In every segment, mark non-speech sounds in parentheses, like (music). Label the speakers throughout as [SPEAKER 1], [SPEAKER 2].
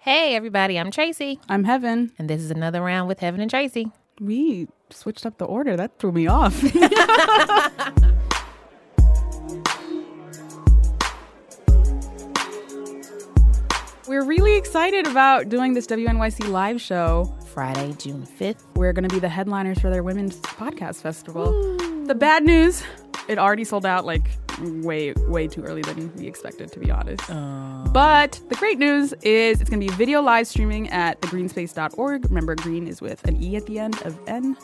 [SPEAKER 1] Hey, everybody, I'm Tracy,
[SPEAKER 2] I'm Heaven.
[SPEAKER 1] and this is another round with Heaven and Tracy.
[SPEAKER 2] We switched up the order. That threw me off. (laughs) We're really excited about doing this WNYC live show.
[SPEAKER 1] Friday, June 5th.
[SPEAKER 2] We're going to be the headliners for their Women's Podcast Festival. The bad news, it already sold out like way, way too early than we expected, to be honest. But the great news is it's going to be video live streaming at thegreenspace.org. Remember, green is with an E at the end of N,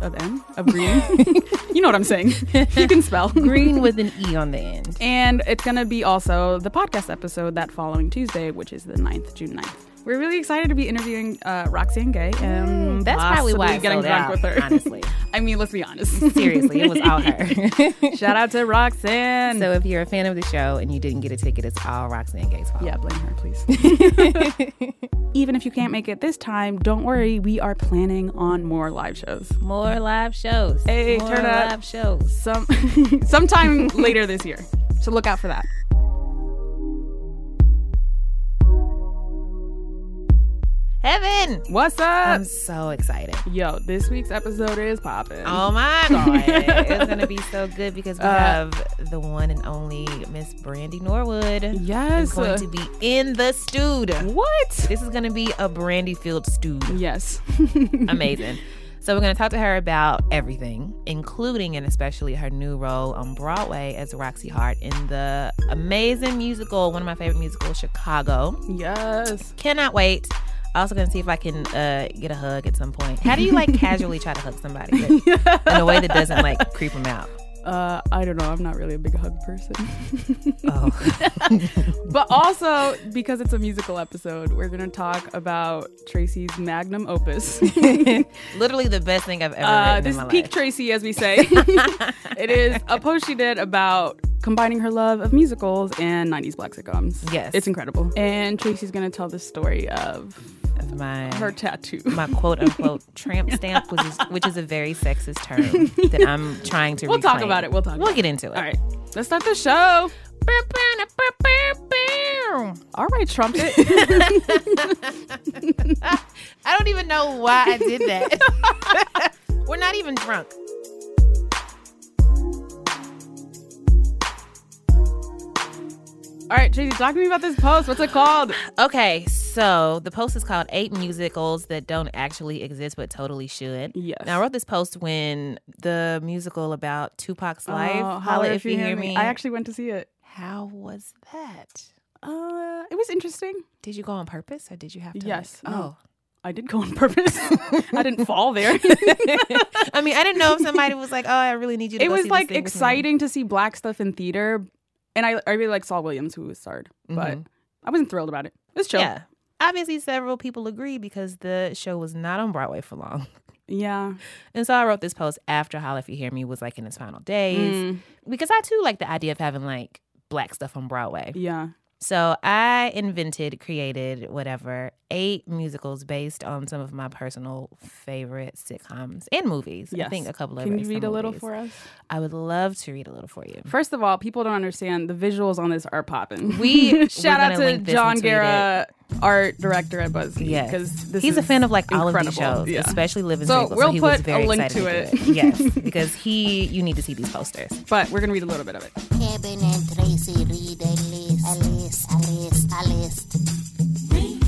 [SPEAKER 2] of N, of green. (laughs) you know what I'm saying. You can spell. (laughs)
[SPEAKER 1] Green with an E on the end.
[SPEAKER 2] And it's going to be also the podcast episode that following Tuesday, which is the 9th, June 9th. We're really excited to be interviewing uh, Roxanne Gay and
[SPEAKER 1] That's probably why
[SPEAKER 2] possibly
[SPEAKER 1] it's
[SPEAKER 2] getting
[SPEAKER 1] sold
[SPEAKER 2] drunk
[SPEAKER 1] out,
[SPEAKER 2] with her.
[SPEAKER 1] honestly.
[SPEAKER 2] (laughs) I mean, let's be honest.
[SPEAKER 1] Seriously, it
[SPEAKER 2] (laughs)
[SPEAKER 1] was all her.
[SPEAKER 2] Shout out to Roxanne.
[SPEAKER 1] so if you're a fan of the show and you didn't get a ticket, it's all Roxanne Gay's fault.
[SPEAKER 2] yeah, blame her, please.
[SPEAKER 1] (laughs)
[SPEAKER 2] (laughs) Even if you can't make it this time, don't worry. We are planning on more live shows.
[SPEAKER 1] More live shows.
[SPEAKER 2] Hey,
[SPEAKER 1] More
[SPEAKER 2] turn up.
[SPEAKER 1] live shows.
[SPEAKER 2] Some (laughs)
[SPEAKER 1] (laughs)
[SPEAKER 2] sometime later this year. So look out for that.
[SPEAKER 1] Heaven!
[SPEAKER 2] What's up?
[SPEAKER 1] I'm so excited.
[SPEAKER 2] Yo, this week's episode is popping.
[SPEAKER 1] Oh my God. (laughs) Uh, it's going to be so good because we have the one and only Miss Brandy Norwood.
[SPEAKER 2] yes.
[SPEAKER 1] Is going to be in the stewed.
[SPEAKER 2] what?
[SPEAKER 1] This is going to be a Brandy Field stewed.
[SPEAKER 2] Yes. (laughs)
[SPEAKER 1] Amazing. So we're going to talk to her about everything, including and especially her new role on Broadway as Roxy Hart in the amazing musical, one of my favorite musicals, Chicago.
[SPEAKER 2] yes.
[SPEAKER 1] Cannot wait. Also going to see if I can uh, get a hug at some point. How do you
[SPEAKER 2] (laughs)
[SPEAKER 1] like casually try to hug somebody but in a way that doesn't like creep them
[SPEAKER 2] (laughs)
[SPEAKER 1] out?
[SPEAKER 2] Uh, I don't know. I'm not really a big hug person. (laughs)
[SPEAKER 1] Oh,
[SPEAKER 2] but also, because it's a musical episode, we're going to talk about Tracy's magnum
[SPEAKER 1] (laughs)
[SPEAKER 2] opus. (laughs)
[SPEAKER 1] literally the best thing I've ever
[SPEAKER 2] Uh,
[SPEAKER 1] written
[SPEAKER 2] this
[SPEAKER 1] in my
[SPEAKER 2] peak
[SPEAKER 1] life.
[SPEAKER 2] Tracy, as we say.
[SPEAKER 1] (laughs)
[SPEAKER 2] it is a post she did about combining her love of musicals and 90s black sitcoms.
[SPEAKER 1] Yes.
[SPEAKER 2] It's incredible. And Tracy's going to tell the story of
[SPEAKER 1] of my
[SPEAKER 2] her tattoo.
[SPEAKER 1] my quote unquote tramp stamp, which is, which is a very sexist term
[SPEAKER 2] (laughs)
[SPEAKER 1] that I'm trying to.
[SPEAKER 2] We'll talk
[SPEAKER 1] reclaim.
[SPEAKER 2] about it. We'll talk
[SPEAKER 1] We'll
[SPEAKER 2] about
[SPEAKER 1] get into it.
[SPEAKER 2] (laughs) All right. Let's start the show. All
[SPEAKER 1] (laughs)
[SPEAKER 2] right, trumpet.
[SPEAKER 1] I don't even know why I did that. (laughs) We're not even drunk.
[SPEAKER 2] All right, Tracy, talk to me about this post. What's it called?
[SPEAKER 1] Okay, so the post is called Eight Musicals That Don't Actually Exist But Totally Should.
[SPEAKER 2] Yes.
[SPEAKER 1] Now, I wrote this post when the musical about Tupac's life,
[SPEAKER 2] Oh,
[SPEAKER 1] Holla If You Hear Me.
[SPEAKER 2] I actually went to see it.
[SPEAKER 1] How was that?
[SPEAKER 2] Uh, it was interesting.
[SPEAKER 1] Did you go on purpose or did you have to? like-
[SPEAKER 2] Yes, no.
[SPEAKER 1] oh.
[SPEAKER 2] I did go on (laughs) purpose.
[SPEAKER 1] (laughs)
[SPEAKER 2] I didn't fall there. (laughs)
[SPEAKER 1] I mean, I didn't know if somebody was like, oh, I really need you to
[SPEAKER 2] it
[SPEAKER 1] go
[SPEAKER 2] was
[SPEAKER 1] see this
[SPEAKER 2] like
[SPEAKER 1] thing with me."
[SPEAKER 2] exciting to see black stuff in theater, and I, I really like Saul Williams who was starred, but
[SPEAKER 1] Mhm.
[SPEAKER 2] I wasn't thrilled about it. It was chill. Yeah,
[SPEAKER 1] Yeah. Obviously, several people agree because the show was not on Broadway for long. (laughs) And so I wrote this post after Holla If You Hear Me was like in its final days
[SPEAKER 2] Mm,
[SPEAKER 1] because I too like the idea of having like black stuff on Broadway.
[SPEAKER 2] yeah.
[SPEAKER 1] So I invented, created, whatever, eight musicals based on some of my personal favorite sitcoms and movies. I
[SPEAKER 2] Yes.
[SPEAKER 1] think a couple of
[SPEAKER 2] Can
[SPEAKER 1] based
[SPEAKER 2] you
[SPEAKER 1] on
[SPEAKER 2] read a little
[SPEAKER 1] movies.
[SPEAKER 2] for us?
[SPEAKER 1] I would love to read a little for you.
[SPEAKER 2] First of all, people don't understand the visuals on this are popping.
[SPEAKER 1] We- we're
[SPEAKER 2] (laughs) shout out
[SPEAKER 1] gonna
[SPEAKER 2] to
[SPEAKER 1] link this
[SPEAKER 2] John
[SPEAKER 1] and tweet
[SPEAKER 2] Guerra, art director at BuzzFeed.
[SPEAKER 1] Yes.
[SPEAKER 2] because this
[SPEAKER 1] he's a
[SPEAKER 2] is
[SPEAKER 1] fan of like all of these
[SPEAKER 2] incredible.
[SPEAKER 1] shows,
[SPEAKER 2] Yeah.
[SPEAKER 1] especially Living
[SPEAKER 2] So
[SPEAKER 1] Single.
[SPEAKER 2] we'll
[SPEAKER 1] he was
[SPEAKER 2] put a
[SPEAKER 1] very
[SPEAKER 2] link
[SPEAKER 1] excited
[SPEAKER 2] to
[SPEAKER 1] do
[SPEAKER 2] it.
[SPEAKER 1] yes, because he, you need to see these posters.
[SPEAKER 2] But we're gonna read a little bit of it.
[SPEAKER 3] Kevin and Tracy read a list, a list, a list, a list.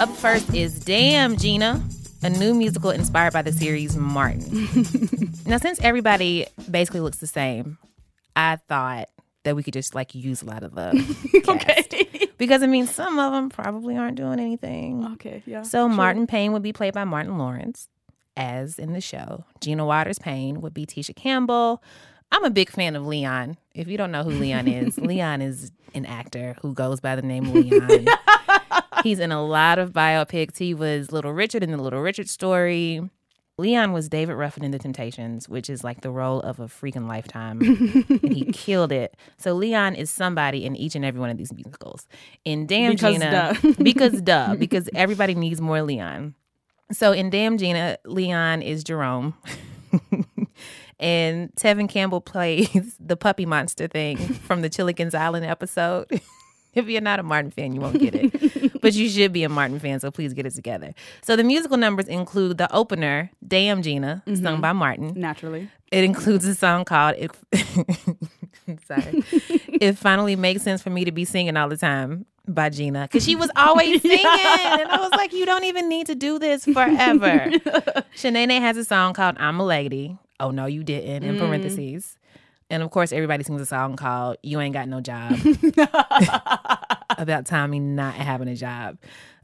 [SPEAKER 1] Up first is Damn Gina, a new musical inspired by the series
[SPEAKER 2] (laughs)
[SPEAKER 1] Martin. now, since everybody basically looks the same, I thought that we could just like use a lot of
[SPEAKER 2] (laughs)
[SPEAKER 1] the okay. Because I mean, some of them probably aren't doing anything.
[SPEAKER 2] okay. Yeah.
[SPEAKER 1] So Martin Payne would be played by Martin Lawrence, as in the show. Gina Waters Payne would be Tisha Campbell. I'm a big fan of Leon. If you don't know who Leon is, Leon is an actor who goes by the name Leon. He's in a lot of biopics. He was Little Richard in the Little Richard story. Leon was David Ruffin in The Temptations, which is like the role of a freaking
[SPEAKER 2] (laughs)
[SPEAKER 1] lifetime. and he killed it. So Leon is somebody in each and every one of these musicals. In Damn
[SPEAKER 2] Because
[SPEAKER 1] Gina,
[SPEAKER 2] duh.
[SPEAKER 1] (laughs) because
[SPEAKER 2] (laughs)
[SPEAKER 1] duh, because everybody needs more (laughs) Leon. So in Damn Gina, Leon is Jerome. And Tevin Campbell plays (laughs) the puppy monster thing from the Chilligan's Island episode. (laughs) if you're not a Martin fan, you won't get it. but you should be a Martin fan, so please get it together. So the musical numbers include the opener, Damn Gina, sung by Martin.
[SPEAKER 2] Naturally.
[SPEAKER 1] It includes a song called "It." (laughs) sorry, it finally makes sense for me to be singing all the time by Gina because she was
[SPEAKER 2] (laughs)
[SPEAKER 1] always singing, and I was like, "You don't even need to do this
[SPEAKER 2] (laughs)
[SPEAKER 1] forever." Shanae has a song called "I'm a Lady." Oh no, you didn't!
[SPEAKER 2] Mm.
[SPEAKER 1] In parentheses, and of course, everybody sings a song called "You Ain't Got No
[SPEAKER 2] (laughs)
[SPEAKER 1] Job" about Tommy not having a job.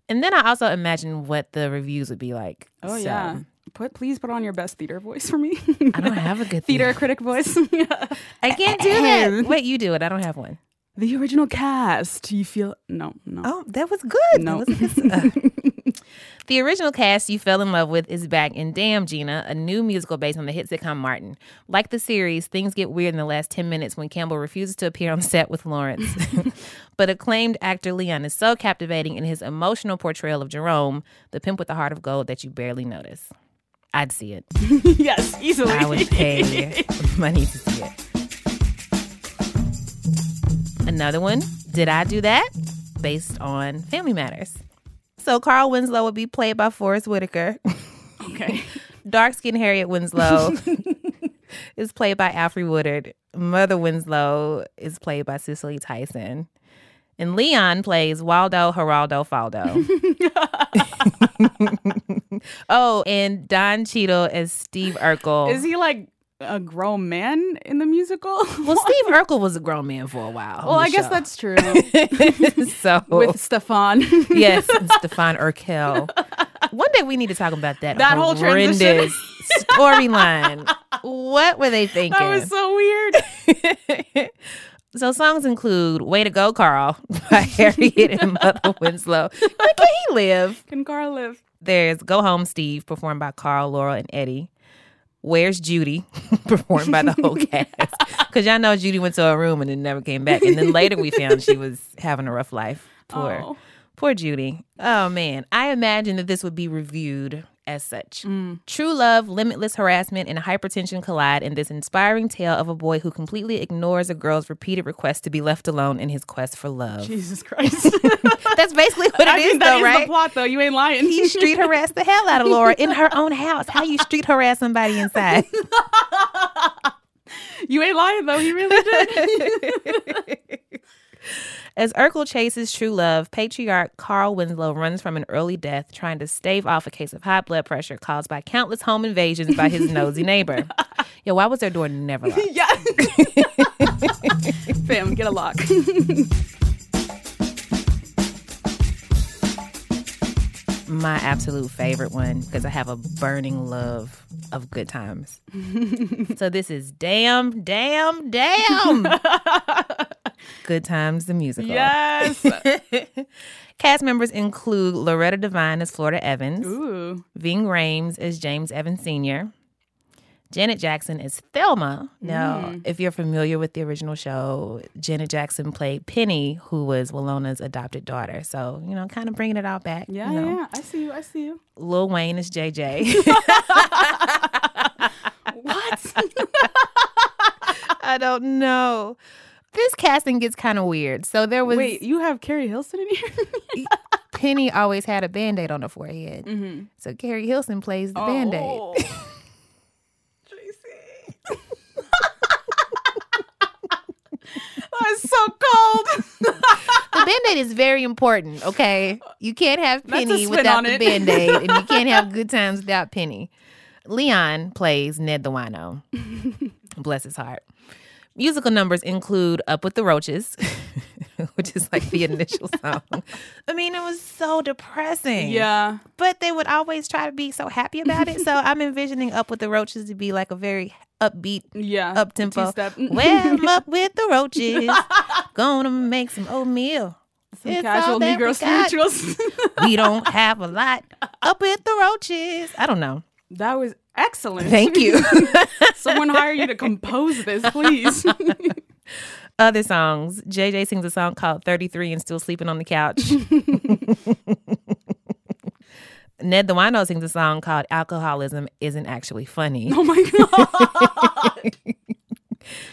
[SPEAKER 1] And then I also imagine what the reviews would be like.
[SPEAKER 2] Oh
[SPEAKER 1] So,
[SPEAKER 2] yeah. Put please put on your best theater voice for (laughs) me.
[SPEAKER 1] I don't have a good
[SPEAKER 2] theater critic (laughs) voice.
[SPEAKER 1] I can't do that. Wait, you do it. I don't have one.
[SPEAKER 2] the original cast. You feel no, no.
[SPEAKER 1] Oh, that was good.
[SPEAKER 2] No.
[SPEAKER 1] That was a good s- uh. (laughs) the original cast you fell in love with is back in Damn Gina, a new musical based on the hit sitcom Martin. Like the series, things get weird in the last 10 minutes when Campbell refuses to appear on set with Lawrence. (laughs) but acclaimed actor Leon is so captivating in his emotional portrayal of Jerome, the pimp with the heart of gold, that you barely notice. I'd see it.
[SPEAKER 2] Oh, (laughs) yes, easily.
[SPEAKER 1] I
[SPEAKER 2] (laughs)
[SPEAKER 1] would pay money to see it. Another one, Did I Do That? Based on Family Matters. So Carl Winslow would be played by Forrest Whitaker.
[SPEAKER 2] okay.
[SPEAKER 1] Dark skinned Harriet Winslow is played by Alfred Woodard. Mother Winslow is played by Cicely Tyson. And Leon plays Waldo Geraldo Faldo. (laughs) oh, and Don Cheadle as Steve Urkel.
[SPEAKER 2] Is he like a grown man in the musical? (laughs)
[SPEAKER 1] Well, Steve Urkel was a grown man for a while.
[SPEAKER 2] Well, I guess that's (laughs) true. With (laughs)
[SPEAKER 1] that's so.
[SPEAKER 2] Stefan. (laughs)
[SPEAKER 1] yes, and Stefan Urkel. One day we need to talk about that.
[SPEAKER 2] That whole
[SPEAKER 1] horrendous
[SPEAKER 2] transition.
[SPEAKER 1] storyline. What were they thinking?
[SPEAKER 2] that was so weird.
[SPEAKER 1] so songs include "Way to Go, Carl" by Harriet and Mother Winslow. Like, can he live?
[SPEAKER 2] Can Carl live?
[SPEAKER 1] There's "Go Home, Steve" performed by Carl, Laurel, and Eddie. Where's Judy? (laughs) performed by the
[SPEAKER 2] (laughs)
[SPEAKER 1] whole cast. Because y'all know Judy went to a room and then never came back. And then later we found she was having a rough life. Poor,
[SPEAKER 2] Oh.
[SPEAKER 1] poor Judy. Oh man, I imagine that this would be reviewed as such.
[SPEAKER 2] Mm.
[SPEAKER 1] True love, limitless harassment, and hypertension collide in this inspiring tale of a boy who completely ignores a girl's repeated requests to be left alone in his quest for
[SPEAKER 2] (laughs)
[SPEAKER 1] love.
[SPEAKER 2] Jesus Christ.
[SPEAKER 1] That's basically what
[SPEAKER 2] I
[SPEAKER 1] it is,
[SPEAKER 2] mean, that
[SPEAKER 1] though,
[SPEAKER 2] is
[SPEAKER 1] right?
[SPEAKER 2] the plot, though. You
[SPEAKER 1] (laughs)
[SPEAKER 2] ain't lying.
[SPEAKER 1] he street harassed the hell out of Laura in her own house. How you street harass somebody inside?
[SPEAKER 2] (laughs) you ain't lying, though. He really (laughs) did.
[SPEAKER 1] (laughs) As Urkel chases true love, patriarch Carl Winslow runs from an early death trying to stave off a case of high blood pressure caused by countless home invasions by his nosy (laughs) neighbor. Yo, why was their door never locked?
[SPEAKER 2] yeah. Fam, get a (laughs) lock.
[SPEAKER 1] My absolute favorite one because I have a burning love of good (laughs) times. so this is damn, damn, (laughs) damn. good times the musical.
[SPEAKER 2] yes.
[SPEAKER 1] Cast members include Loretta Devine as Florida Evans.
[SPEAKER 2] Ooh.
[SPEAKER 1] Ving Rhames as James Evans Sr., Janet Jackson as Thelma. Now,
[SPEAKER 2] Mm.
[SPEAKER 1] if you're familiar with the original show, Janet Jackson played Penny, who was Walona's adopted daughter. So, you know, kind of bringing it all back.
[SPEAKER 2] Yeah,
[SPEAKER 1] you know.
[SPEAKER 2] yeah. I see you. I see
[SPEAKER 1] (laughs)
[SPEAKER 2] you.
[SPEAKER 1] Lil Wayne is
[SPEAKER 2] (laughs)
[SPEAKER 1] JJ.
[SPEAKER 2] What?
[SPEAKER 1] (laughs) I don't know. This casting gets kind of weird. So there was
[SPEAKER 2] Wait, you have Carrie Hilson in
[SPEAKER 1] (laughs)
[SPEAKER 2] here?
[SPEAKER 1] Penny always had a band aid on her forehead. So Carrie Hilson plays the band aid.
[SPEAKER 2] Mm-hmm.
[SPEAKER 1] (laughs)
[SPEAKER 2] Oh. JC. That's so cold.
[SPEAKER 1] The band-aid is very important, okay? You can't have
[SPEAKER 2] That's a
[SPEAKER 1] Penny
[SPEAKER 2] spin
[SPEAKER 1] without
[SPEAKER 2] on
[SPEAKER 1] the
[SPEAKER 2] it.
[SPEAKER 1] band-aid, and you can't
[SPEAKER 2] (laughs)
[SPEAKER 1] have good times without Penny. Leon plays Ned the
[SPEAKER 2] (laughs)
[SPEAKER 1] Wino. Bless his heart. Musical numbers include Up with the Roaches, (laughs) which is like the
[SPEAKER 2] (laughs)
[SPEAKER 1] initial song. I mean, it was so depressing.
[SPEAKER 2] Yeah.
[SPEAKER 1] But they would always try to be so happy about it. So I'm envisioning Up with the Roaches to be like a very upbeat
[SPEAKER 2] Yeah.
[SPEAKER 1] up tempo.
[SPEAKER 2] Two-step. (laughs)
[SPEAKER 1] Well, I'm up with the roaches. Gonna make some oatmeal.
[SPEAKER 2] Some
[SPEAKER 1] It's all
[SPEAKER 2] casual
[SPEAKER 1] that we
[SPEAKER 2] Negro
[SPEAKER 1] got. (laughs)
[SPEAKER 2] spirituals.
[SPEAKER 1] We don't have a lot. Up with the roaches. I don't know.
[SPEAKER 2] that was excellent.
[SPEAKER 1] Thank you.
[SPEAKER 2] (laughs) Someone hire you to compose this,
[SPEAKER 1] (laughs)
[SPEAKER 2] please.
[SPEAKER 1] (laughs)
[SPEAKER 2] (laughs)
[SPEAKER 1] Other songs. JJ sings a
[SPEAKER 2] (laughs)
[SPEAKER 1] song called 33 and Still Sleeping on the Couch. Ned the Wino sings a song called Alcoholism Isn't Actually Funny.
[SPEAKER 2] Oh my god.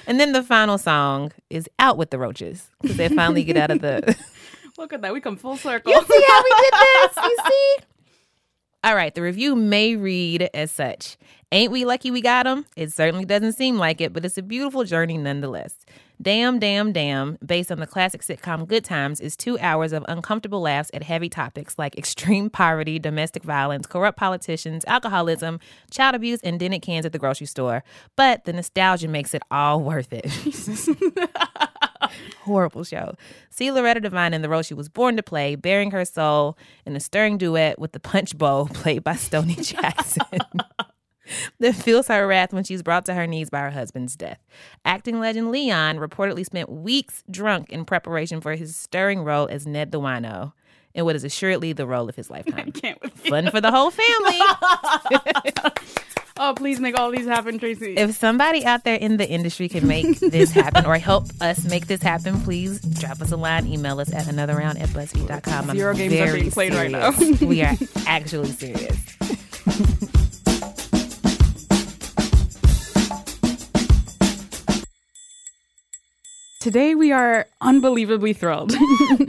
[SPEAKER 1] And then the final song is Out with the Roaches because they finally get out of
[SPEAKER 2] (laughs)
[SPEAKER 1] the.
[SPEAKER 2] Look at that. We come full
[SPEAKER 1] (laughs)
[SPEAKER 2] circle.
[SPEAKER 1] see how we did this? You see? All right, the review may read as such Ain't we lucky we got 'em? It certainly doesn't seem like it, but it's a beautiful journey nonetheless. Damn, Damn, Damn, based on the classic sitcom Good Times, is two hours of uncomfortable laughs at heavy topics like extreme poverty, domestic violence, corrupt politicians, alcoholism, child abuse, and dented cans at the grocery store. But the nostalgia makes it all worth it. (laughs) horrible show. See Loretta Devine in the role she was born to play, bearing her soul in a stirring duet with the punch bowl (laughs) played by Stoney Jackson. (laughs) That feels her wrath when she's brought to her knees by her husband's death. Acting legend Leon reportedly spent weeks drunk in preparation for his stirring role as Ned the Wino, in what is assuredly the role of his lifetime.
[SPEAKER 2] Can't with you.
[SPEAKER 1] Fun for the whole family.
[SPEAKER 2] Oh, please make all these happen, Tracy.
[SPEAKER 1] if somebody out there in the industry can
[SPEAKER 2] (laughs)
[SPEAKER 1] make this happen or help us make this happen, please drop us a line, email us at another round at BuzzFeed.com. I'm
[SPEAKER 2] Zero games are
[SPEAKER 1] very
[SPEAKER 2] being played right now.
[SPEAKER 1] serious. we
[SPEAKER 2] (laughs)
[SPEAKER 1] are actually serious.
[SPEAKER 2] Today we are unbelievably thrilled (laughs)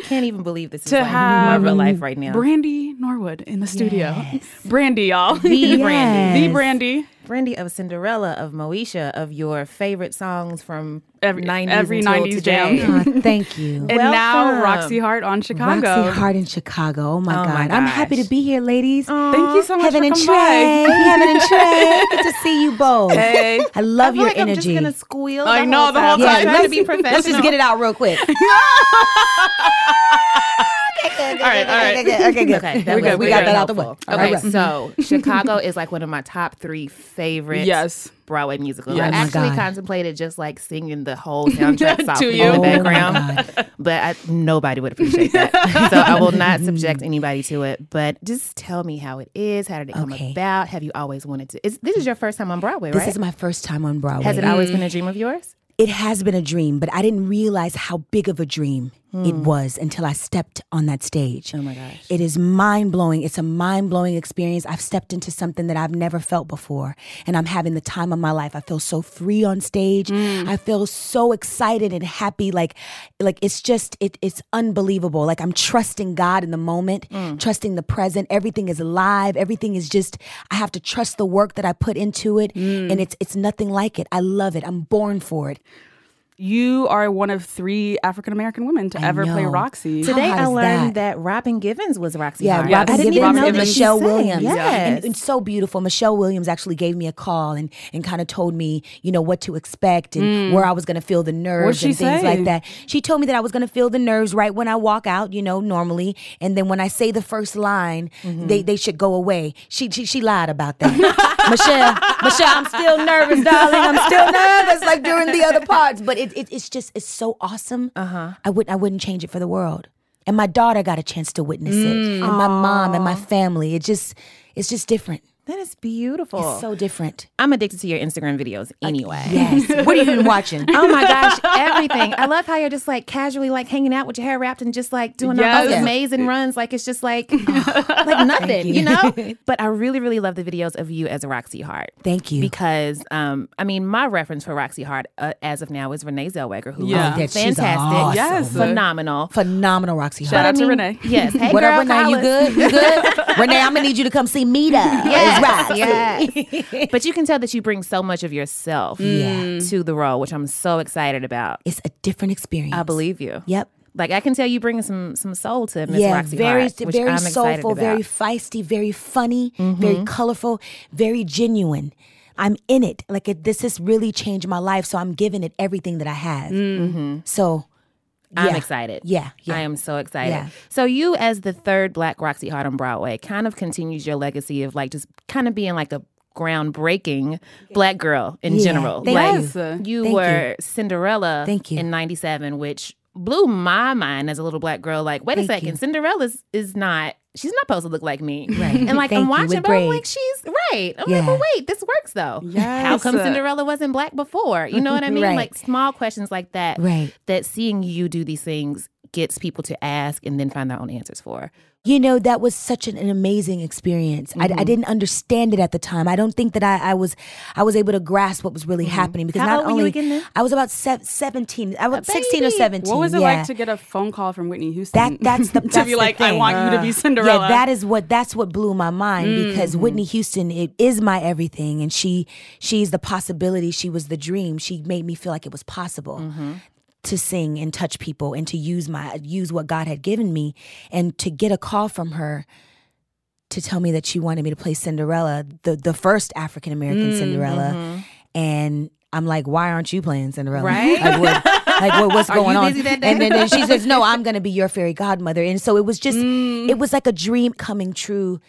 [SPEAKER 1] Can't even believe this is
[SPEAKER 2] To
[SPEAKER 1] like my
[SPEAKER 2] have
[SPEAKER 1] real life right now.
[SPEAKER 2] Brandy Norwood in the studio. Brandy, y'all.
[SPEAKER 1] the Brandy.
[SPEAKER 2] (laughs) The Brandy.
[SPEAKER 1] Brandy of Cinderella, of Moesha, of your favorite songs from
[SPEAKER 2] Every-
[SPEAKER 1] 90s
[SPEAKER 2] every
[SPEAKER 1] until
[SPEAKER 2] 90s
[SPEAKER 1] today.
[SPEAKER 2] (laughs) jam.
[SPEAKER 1] (laughs)
[SPEAKER 4] Aw, thank you.
[SPEAKER 2] And now
[SPEAKER 1] Welcome.
[SPEAKER 2] Roxy Hart on Chicago.
[SPEAKER 4] Roxy Hart in Chicago. Oh my
[SPEAKER 1] Oh my
[SPEAKER 4] God. I'm happy to
[SPEAKER 1] gosh. Oh,
[SPEAKER 4] be here, ladies.
[SPEAKER 2] Thank you so much
[SPEAKER 4] Heaven
[SPEAKER 2] for
[SPEAKER 4] and
[SPEAKER 2] coming
[SPEAKER 4] Trey.
[SPEAKER 1] (laughs)
[SPEAKER 4] Heaven and Trey. Good to see you both. (laughs)
[SPEAKER 2] by. Hey.
[SPEAKER 4] I love
[SPEAKER 1] I feel
[SPEAKER 4] your
[SPEAKER 1] like I'm just
[SPEAKER 4] energy.
[SPEAKER 1] gonna squeal.
[SPEAKER 2] I know, the whole time.
[SPEAKER 1] I'm trying to
[SPEAKER 4] let's-
[SPEAKER 1] be professional.
[SPEAKER 4] (laughs) Let's just get it out
[SPEAKER 1] (laughs)
[SPEAKER 4] real quick. all right,
[SPEAKER 2] all right.
[SPEAKER 1] (laughs)
[SPEAKER 4] Okay, good, okay, good.
[SPEAKER 1] Okay, that
[SPEAKER 4] we,
[SPEAKER 1] was
[SPEAKER 4] got- we
[SPEAKER 1] very
[SPEAKER 4] got that out the way.
[SPEAKER 1] helpful.
[SPEAKER 4] All
[SPEAKER 1] Okay,
[SPEAKER 4] right.
[SPEAKER 1] so Chicago is like one of my top three favorite
[SPEAKER 2] Yes.
[SPEAKER 1] Broadway musicals.
[SPEAKER 2] Yes.
[SPEAKER 1] I
[SPEAKER 2] Oh my
[SPEAKER 1] actually
[SPEAKER 4] God.
[SPEAKER 1] contemplated just like singing the whole
[SPEAKER 4] (laughs)
[SPEAKER 1] soundtrack softly
[SPEAKER 2] you.
[SPEAKER 1] in
[SPEAKER 2] Oh
[SPEAKER 1] the
[SPEAKER 2] my
[SPEAKER 1] background, but I, nobody would appreciate
[SPEAKER 4] (laughs)
[SPEAKER 1] that. so I will not subject anybody to it. But just tell me how it is. How did it come
[SPEAKER 4] Okay.
[SPEAKER 1] about? Have you always wanted to? Is, this is your first time on Broadway,
[SPEAKER 4] This
[SPEAKER 1] right?
[SPEAKER 4] is my first time on Broadway.
[SPEAKER 1] Has it always been a dream of yours?
[SPEAKER 4] It has been a dream, but I didn't realize how big of a dream it was until I stepped on that stage. Hmm. Oh my gosh. It is mind blowing. It's a mind blowing experience. I've stepped into something that I've never felt before, and I'm having the time of my life. I feel so free on stage. I feel so excited and happy. Like, like it's just it, it's unbelievable. Like I'm trusting God in the moment, trusting the present. Everything is alive. Everything is just. I have to trust the work that I put into it, and it's it's nothing like it. I love it. I'm born for it.
[SPEAKER 2] You are one of three African American women to ever play
[SPEAKER 4] know.
[SPEAKER 2] Roxy.
[SPEAKER 4] How
[SPEAKER 1] Today
[SPEAKER 4] hot
[SPEAKER 1] I
[SPEAKER 4] is
[SPEAKER 1] learned that? Robin Givens was Roxy.
[SPEAKER 4] Yeah,
[SPEAKER 1] Hart.
[SPEAKER 2] Yes.
[SPEAKER 4] Robin
[SPEAKER 1] I didn't
[SPEAKER 4] Givens,
[SPEAKER 1] even
[SPEAKER 2] Robin
[SPEAKER 1] know
[SPEAKER 4] and
[SPEAKER 1] that
[SPEAKER 2] Givens.
[SPEAKER 1] she
[SPEAKER 4] Michelle
[SPEAKER 1] sang.
[SPEAKER 4] Williams.
[SPEAKER 1] Yes.
[SPEAKER 4] And, and so beautiful. Michelle Williams actually gave me a call and, and kind of told me, you know, what to expect and
[SPEAKER 1] Mm.
[SPEAKER 4] where I was going to feel the nerves
[SPEAKER 2] she
[SPEAKER 4] and things
[SPEAKER 2] say?
[SPEAKER 4] like that. She told me that I was going to feel the nerves right when I walk out, you know, normally. And then when I say the first line,
[SPEAKER 1] Mm-hmm.
[SPEAKER 4] they, they should go away. She, she, she lied about that.
[SPEAKER 1] (laughs)
[SPEAKER 4] Michelle, Michelle, I'm still nervous, darling. I'm still nervous, like during the other parts. But it, it, it's just, it's so awesome. Uh-huh. I wouldn't, I wouldn't change it for the world. And my daughter got a chance to witness it, and
[SPEAKER 1] Mm.
[SPEAKER 4] my mom and my family. It just, it's just different.
[SPEAKER 1] That is beautiful.
[SPEAKER 4] It's so different.
[SPEAKER 1] I'm addicted to your Instagram videos anyway.
[SPEAKER 4] Yes. what are you
[SPEAKER 1] (laughs)
[SPEAKER 4] even watching?
[SPEAKER 2] (laughs)
[SPEAKER 1] Oh my gosh, everything. I love how you're just like casually like hanging out with your hair wrapped and just like doing all
[SPEAKER 2] Yes.
[SPEAKER 1] those amazing runs. Like it's just
[SPEAKER 2] (laughs)
[SPEAKER 1] like like nothing, you.
[SPEAKER 4] (laughs)
[SPEAKER 1] know? But I really, really love the videos of you as Roxy Hart.
[SPEAKER 4] Thank you.
[SPEAKER 1] Because um, I mean, my reference for Roxy Hart uh, as of now is Renee Zellweger, who
[SPEAKER 2] Yeah.
[SPEAKER 1] yeah.
[SPEAKER 2] Oh,
[SPEAKER 4] that she's
[SPEAKER 1] fantastic,
[SPEAKER 4] awesome.
[SPEAKER 2] Yes.
[SPEAKER 1] phenomenal.
[SPEAKER 4] Phenomenal, Roxy.
[SPEAKER 2] Shout
[SPEAKER 4] Hart.
[SPEAKER 2] out to Renee.
[SPEAKER 4] (laughs)
[SPEAKER 1] Yes, hey
[SPEAKER 4] what
[SPEAKER 1] girl,
[SPEAKER 4] up, Renee?
[SPEAKER 1] call
[SPEAKER 4] You
[SPEAKER 1] us.
[SPEAKER 4] good?
[SPEAKER 1] (laughs)
[SPEAKER 4] You good? Renee, I'm gonna need you to come see Mita. It's Roxy. (laughs)
[SPEAKER 1] yes. but you can tell that you bring so much of yourself to the role, which I'm so excited about.
[SPEAKER 4] It's a different experience.
[SPEAKER 1] I believe you.
[SPEAKER 4] Yep.
[SPEAKER 1] Like I can tell you bringing some some soul to Miss Roxy
[SPEAKER 4] very,
[SPEAKER 1] Hart, which
[SPEAKER 4] very
[SPEAKER 1] I'm excited
[SPEAKER 4] soulful,
[SPEAKER 1] about. Mm-hmm.
[SPEAKER 4] very feisty, very funny, very colorful, very genuine. I'm in it. Like it, this has really changed my life, so I'm giving it everything that I have.
[SPEAKER 1] Mm.
[SPEAKER 4] So
[SPEAKER 1] I'm
[SPEAKER 4] yeah.
[SPEAKER 1] excited.
[SPEAKER 4] Yeah, yeah.
[SPEAKER 1] I am so excited.
[SPEAKER 4] Yeah.
[SPEAKER 1] So you, as the third Black Roxy Hart on Broadway, kind of continues your legacy of like just kind of being like a groundbreaking Black girl in
[SPEAKER 4] Yeah.
[SPEAKER 1] general.
[SPEAKER 4] Thank
[SPEAKER 1] like
[SPEAKER 2] you.
[SPEAKER 1] you
[SPEAKER 4] Thank
[SPEAKER 1] were Cinderella.
[SPEAKER 4] Thank you.
[SPEAKER 1] in '97, which blew my mind as a little Black girl. Like, wait a
[SPEAKER 4] Thank
[SPEAKER 1] second,
[SPEAKER 4] you.
[SPEAKER 1] Cinderella's is not. She's not supposed to look like me.
[SPEAKER 4] Right.
[SPEAKER 1] And like
[SPEAKER 4] (laughs) Thank
[SPEAKER 1] I'm
[SPEAKER 4] you,
[SPEAKER 1] watching,
[SPEAKER 4] with
[SPEAKER 1] but I'm like,
[SPEAKER 4] braids.
[SPEAKER 1] she's right. I'm like,
[SPEAKER 4] Yeah.
[SPEAKER 1] well, wait, this works though. How
[SPEAKER 2] Yes.
[SPEAKER 1] come Cinderella wasn't black before? You know what I mean?
[SPEAKER 4] (laughs) Right.
[SPEAKER 1] Like small questions like that
[SPEAKER 4] Right.
[SPEAKER 1] that seeing you do these things gets people to ask and then find their own answers for.
[SPEAKER 4] You know, that was such an, an amazing experience. I,
[SPEAKER 1] Mm-hmm.
[SPEAKER 4] I didn't understand it at the time. I don't think that I, I was I was able to grasp what was really happening because
[SPEAKER 1] Mm-hmm. How
[SPEAKER 4] not
[SPEAKER 1] old were you
[SPEAKER 4] only
[SPEAKER 1] again then?
[SPEAKER 4] I was about sev 17, I was 16 or
[SPEAKER 1] baby.
[SPEAKER 4] 17.
[SPEAKER 2] (laughs) What was it
[SPEAKER 4] yeah.
[SPEAKER 2] like to get a phone call from Whitney Houston? (laughs)
[SPEAKER 4] That that's the
[SPEAKER 2] to
[SPEAKER 4] that's
[SPEAKER 2] be
[SPEAKER 4] the
[SPEAKER 2] like, I
[SPEAKER 4] thing.
[SPEAKER 2] want you to be Cinderella.
[SPEAKER 4] Yeah, that is what that's what blew my mind because Whitney Houston it is my everything, and she she's the possibility. She was the dream. She made me feel like it was possible. To sing and touch people, and to use my use what God had given me, and to get a call from her to tell me that she wanted me to play Cinderella, the the first African American
[SPEAKER 1] Mm,
[SPEAKER 4] Cinderella, and I'm like, why aren't you playing Cinderella?
[SPEAKER 1] mm-hmm. Right?
[SPEAKER 4] Like, what, like,
[SPEAKER 1] (laughs)
[SPEAKER 4] what- what's
[SPEAKER 1] Are you
[SPEAKER 4] going on?
[SPEAKER 1] busy that day?
[SPEAKER 4] And then, then
[SPEAKER 1] (laughs)
[SPEAKER 4] she says, no, I'm going to be your fairy godmother. And so it was just,
[SPEAKER 1] Mm.
[SPEAKER 4] it was like a dream coming true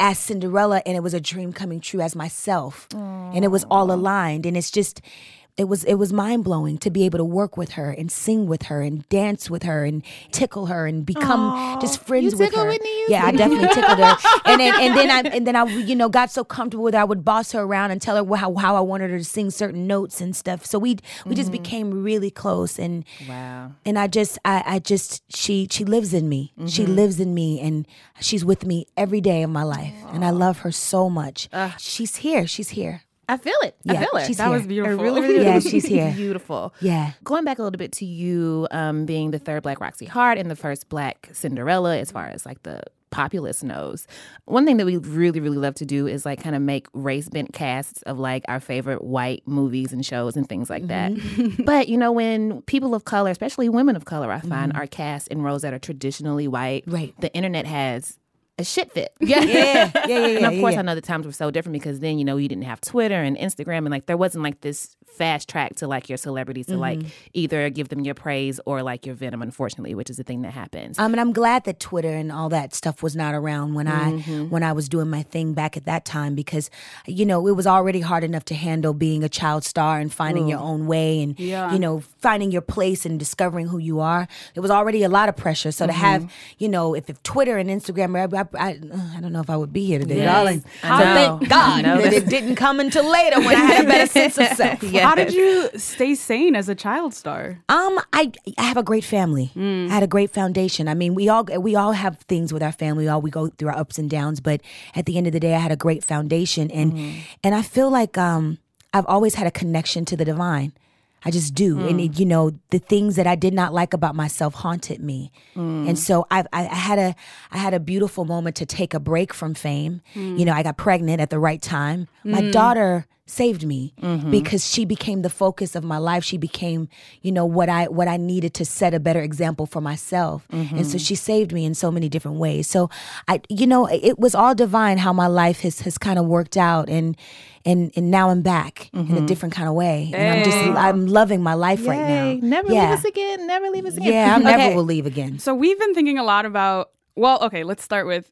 [SPEAKER 4] as Cinderella, and it was a dream coming true as myself, and it was all aligned. And it's just. It was it was mind blowing to be able to work with her and sing with her and dance with her and tickle her and become just friends with
[SPEAKER 1] tickle
[SPEAKER 4] her.
[SPEAKER 1] Whitney Houston?
[SPEAKER 4] yeah, I definitely
[SPEAKER 1] (laughs)
[SPEAKER 4] tickled her. And then and then I and then I you know got so comfortable with her, I would boss her around and tell her wh- how how I wanted her to sing certain notes and stuff. So we we just became really close and
[SPEAKER 1] Mm-hmm. Wow.
[SPEAKER 4] and I just I, I just she she lives in me. She
[SPEAKER 1] Mm-hmm.
[SPEAKER 4] lives in me and she's with me every day of my life. And I love her so much. She's here.
[SPEAKER 1] (laughs)
[SPEAKER 4] She's here.
[SPEAKER 1] I feel it. I
[SPEAKER 4] Yeah,
[SPEAKER 1] feel it.
[SPEAKER 4] she's
[SPEAKER 2] That
[SPEAKER 4] here.
[SPEAKER 2] was beautiful.
[SPEAKER 1] I
[SPEAKER 2] (laughs)
[SPEAKER 1] really, really (laughs)
[SPEAKER 4] Yeah,
[SPEAKER 1] do.
[SPEAKER 4] she's here.
[SPEAKER 1] Beautiful.
[SPEAKER 4] Yeah.
[SPEAKER 1] Going back a little bit to you um, being the third Black Roxy Hart and the first Black Cinderella, as far as like the populace knows. One thing that we really, really love to do is like kind of make race bent casts of like our favorite white movies and shows and things like
[SPEAKER 4] Mm-hmm. (laughs)
[SPEAKER 1] that. but you know, when people of color, especially women of color, I find are cast in roles that are traditionally white.
[SPEAKER 4] Mm-hmm. Right.
[SPEAKER 1] The internet has a shit
[SPEAKER 4] (laughs)
[SPEAKER 1] fit. Yeah.
[SPEAKER 4] Yeah. Yeah, yeah,
[SPEAKER 1] And
[SPEAKER 4] yeah,
[SPEAKER 1] of course,
[SPEAKER 4] yeah.
[SPEAKER 1] I know the times were so different because then, you know, you didn't have Twitter and Instagram and like there wasn't like this fast track to like your celebrities to like either give them your praise or like your venom, unfortunately, which is the thing that happens.
[SPEAKER 4] Um, and I'm glad that Twitter and all that stuff was not around when I
[SPEAKER 1] Mm-hmm.
[SPEAKER 4] when I was doing my thing back at that time because, you know, it was already hard enough to handle being a child star and finding your own way and you know finding your place and discovering who you are. It was already a lot of pressure. So to
[SPEAKER 1] Mm-hmm.
[SPEAKER 4] have you know if, if Twitter and Instagram, I, I, I, I don't know if I would be here today,
[SPEAKER 1] Yes.
[SPEAKER 4] darling.
[SPEAKER 1] I
[SPEAKER 4] so
[SPEAKER 1] know.
[SPEAKER 4] thank
[SPEAKER 1] I
[SPEAKER 4] God
[SPEAKER 1] know.
[SPEAKER 4] that it didn't come until later when I had a better sense of
[SPEAKER 1] (laughs)
[SPEAKER 4] self.
[SPEAKER 2] How did you stay sane as a child star?
[SPEAKER 4] Um, I I have a great family. I had a great foundation. I mean, we all we all have things with our family. We all we go through our ups and downs, but at the end of the day, I had a great foundation, and and I feel like um I've always had a connection to the divine. I just do, and it, you know the things that I did not like about myself haunted me, and so I've, I I had a I had a beautiful moment to take a break from fame. You know, I got pregnant at the right time. My daughter saved me
[SPEAKER 2] Mm-hmm.
[SPEAKER 4] because she became the focus of my life she became you know what i what i needed to set a better example for myself and
[SPEAKER 2] Mm-hmm.
[SPEAKER 4] so she saved me in so many different ways so i you know it was all divine how my life has has kind of worked out and and and now i'm back
[SPEAKER 2] Mm-hmm.
[SPEAKER 4] in a different kind of way and i'm just i'm loving my life right
[SPEAKER 1] Yay,
[SPEAKER 4] now
[SPEAKER 1] Never
[SPEAKER 4] yeah
[SPEAKER 1] leave us again. Never leave us again.
[SPEAKER 2] (laughs)
[SPEAKER 4] yeah i
[SPEAKER 1] (laughs) Okay.
[SPEAKER 4] never will leave again
[SPEAKER 2] So we've been thinking a lot about. Well, okay, let's start with.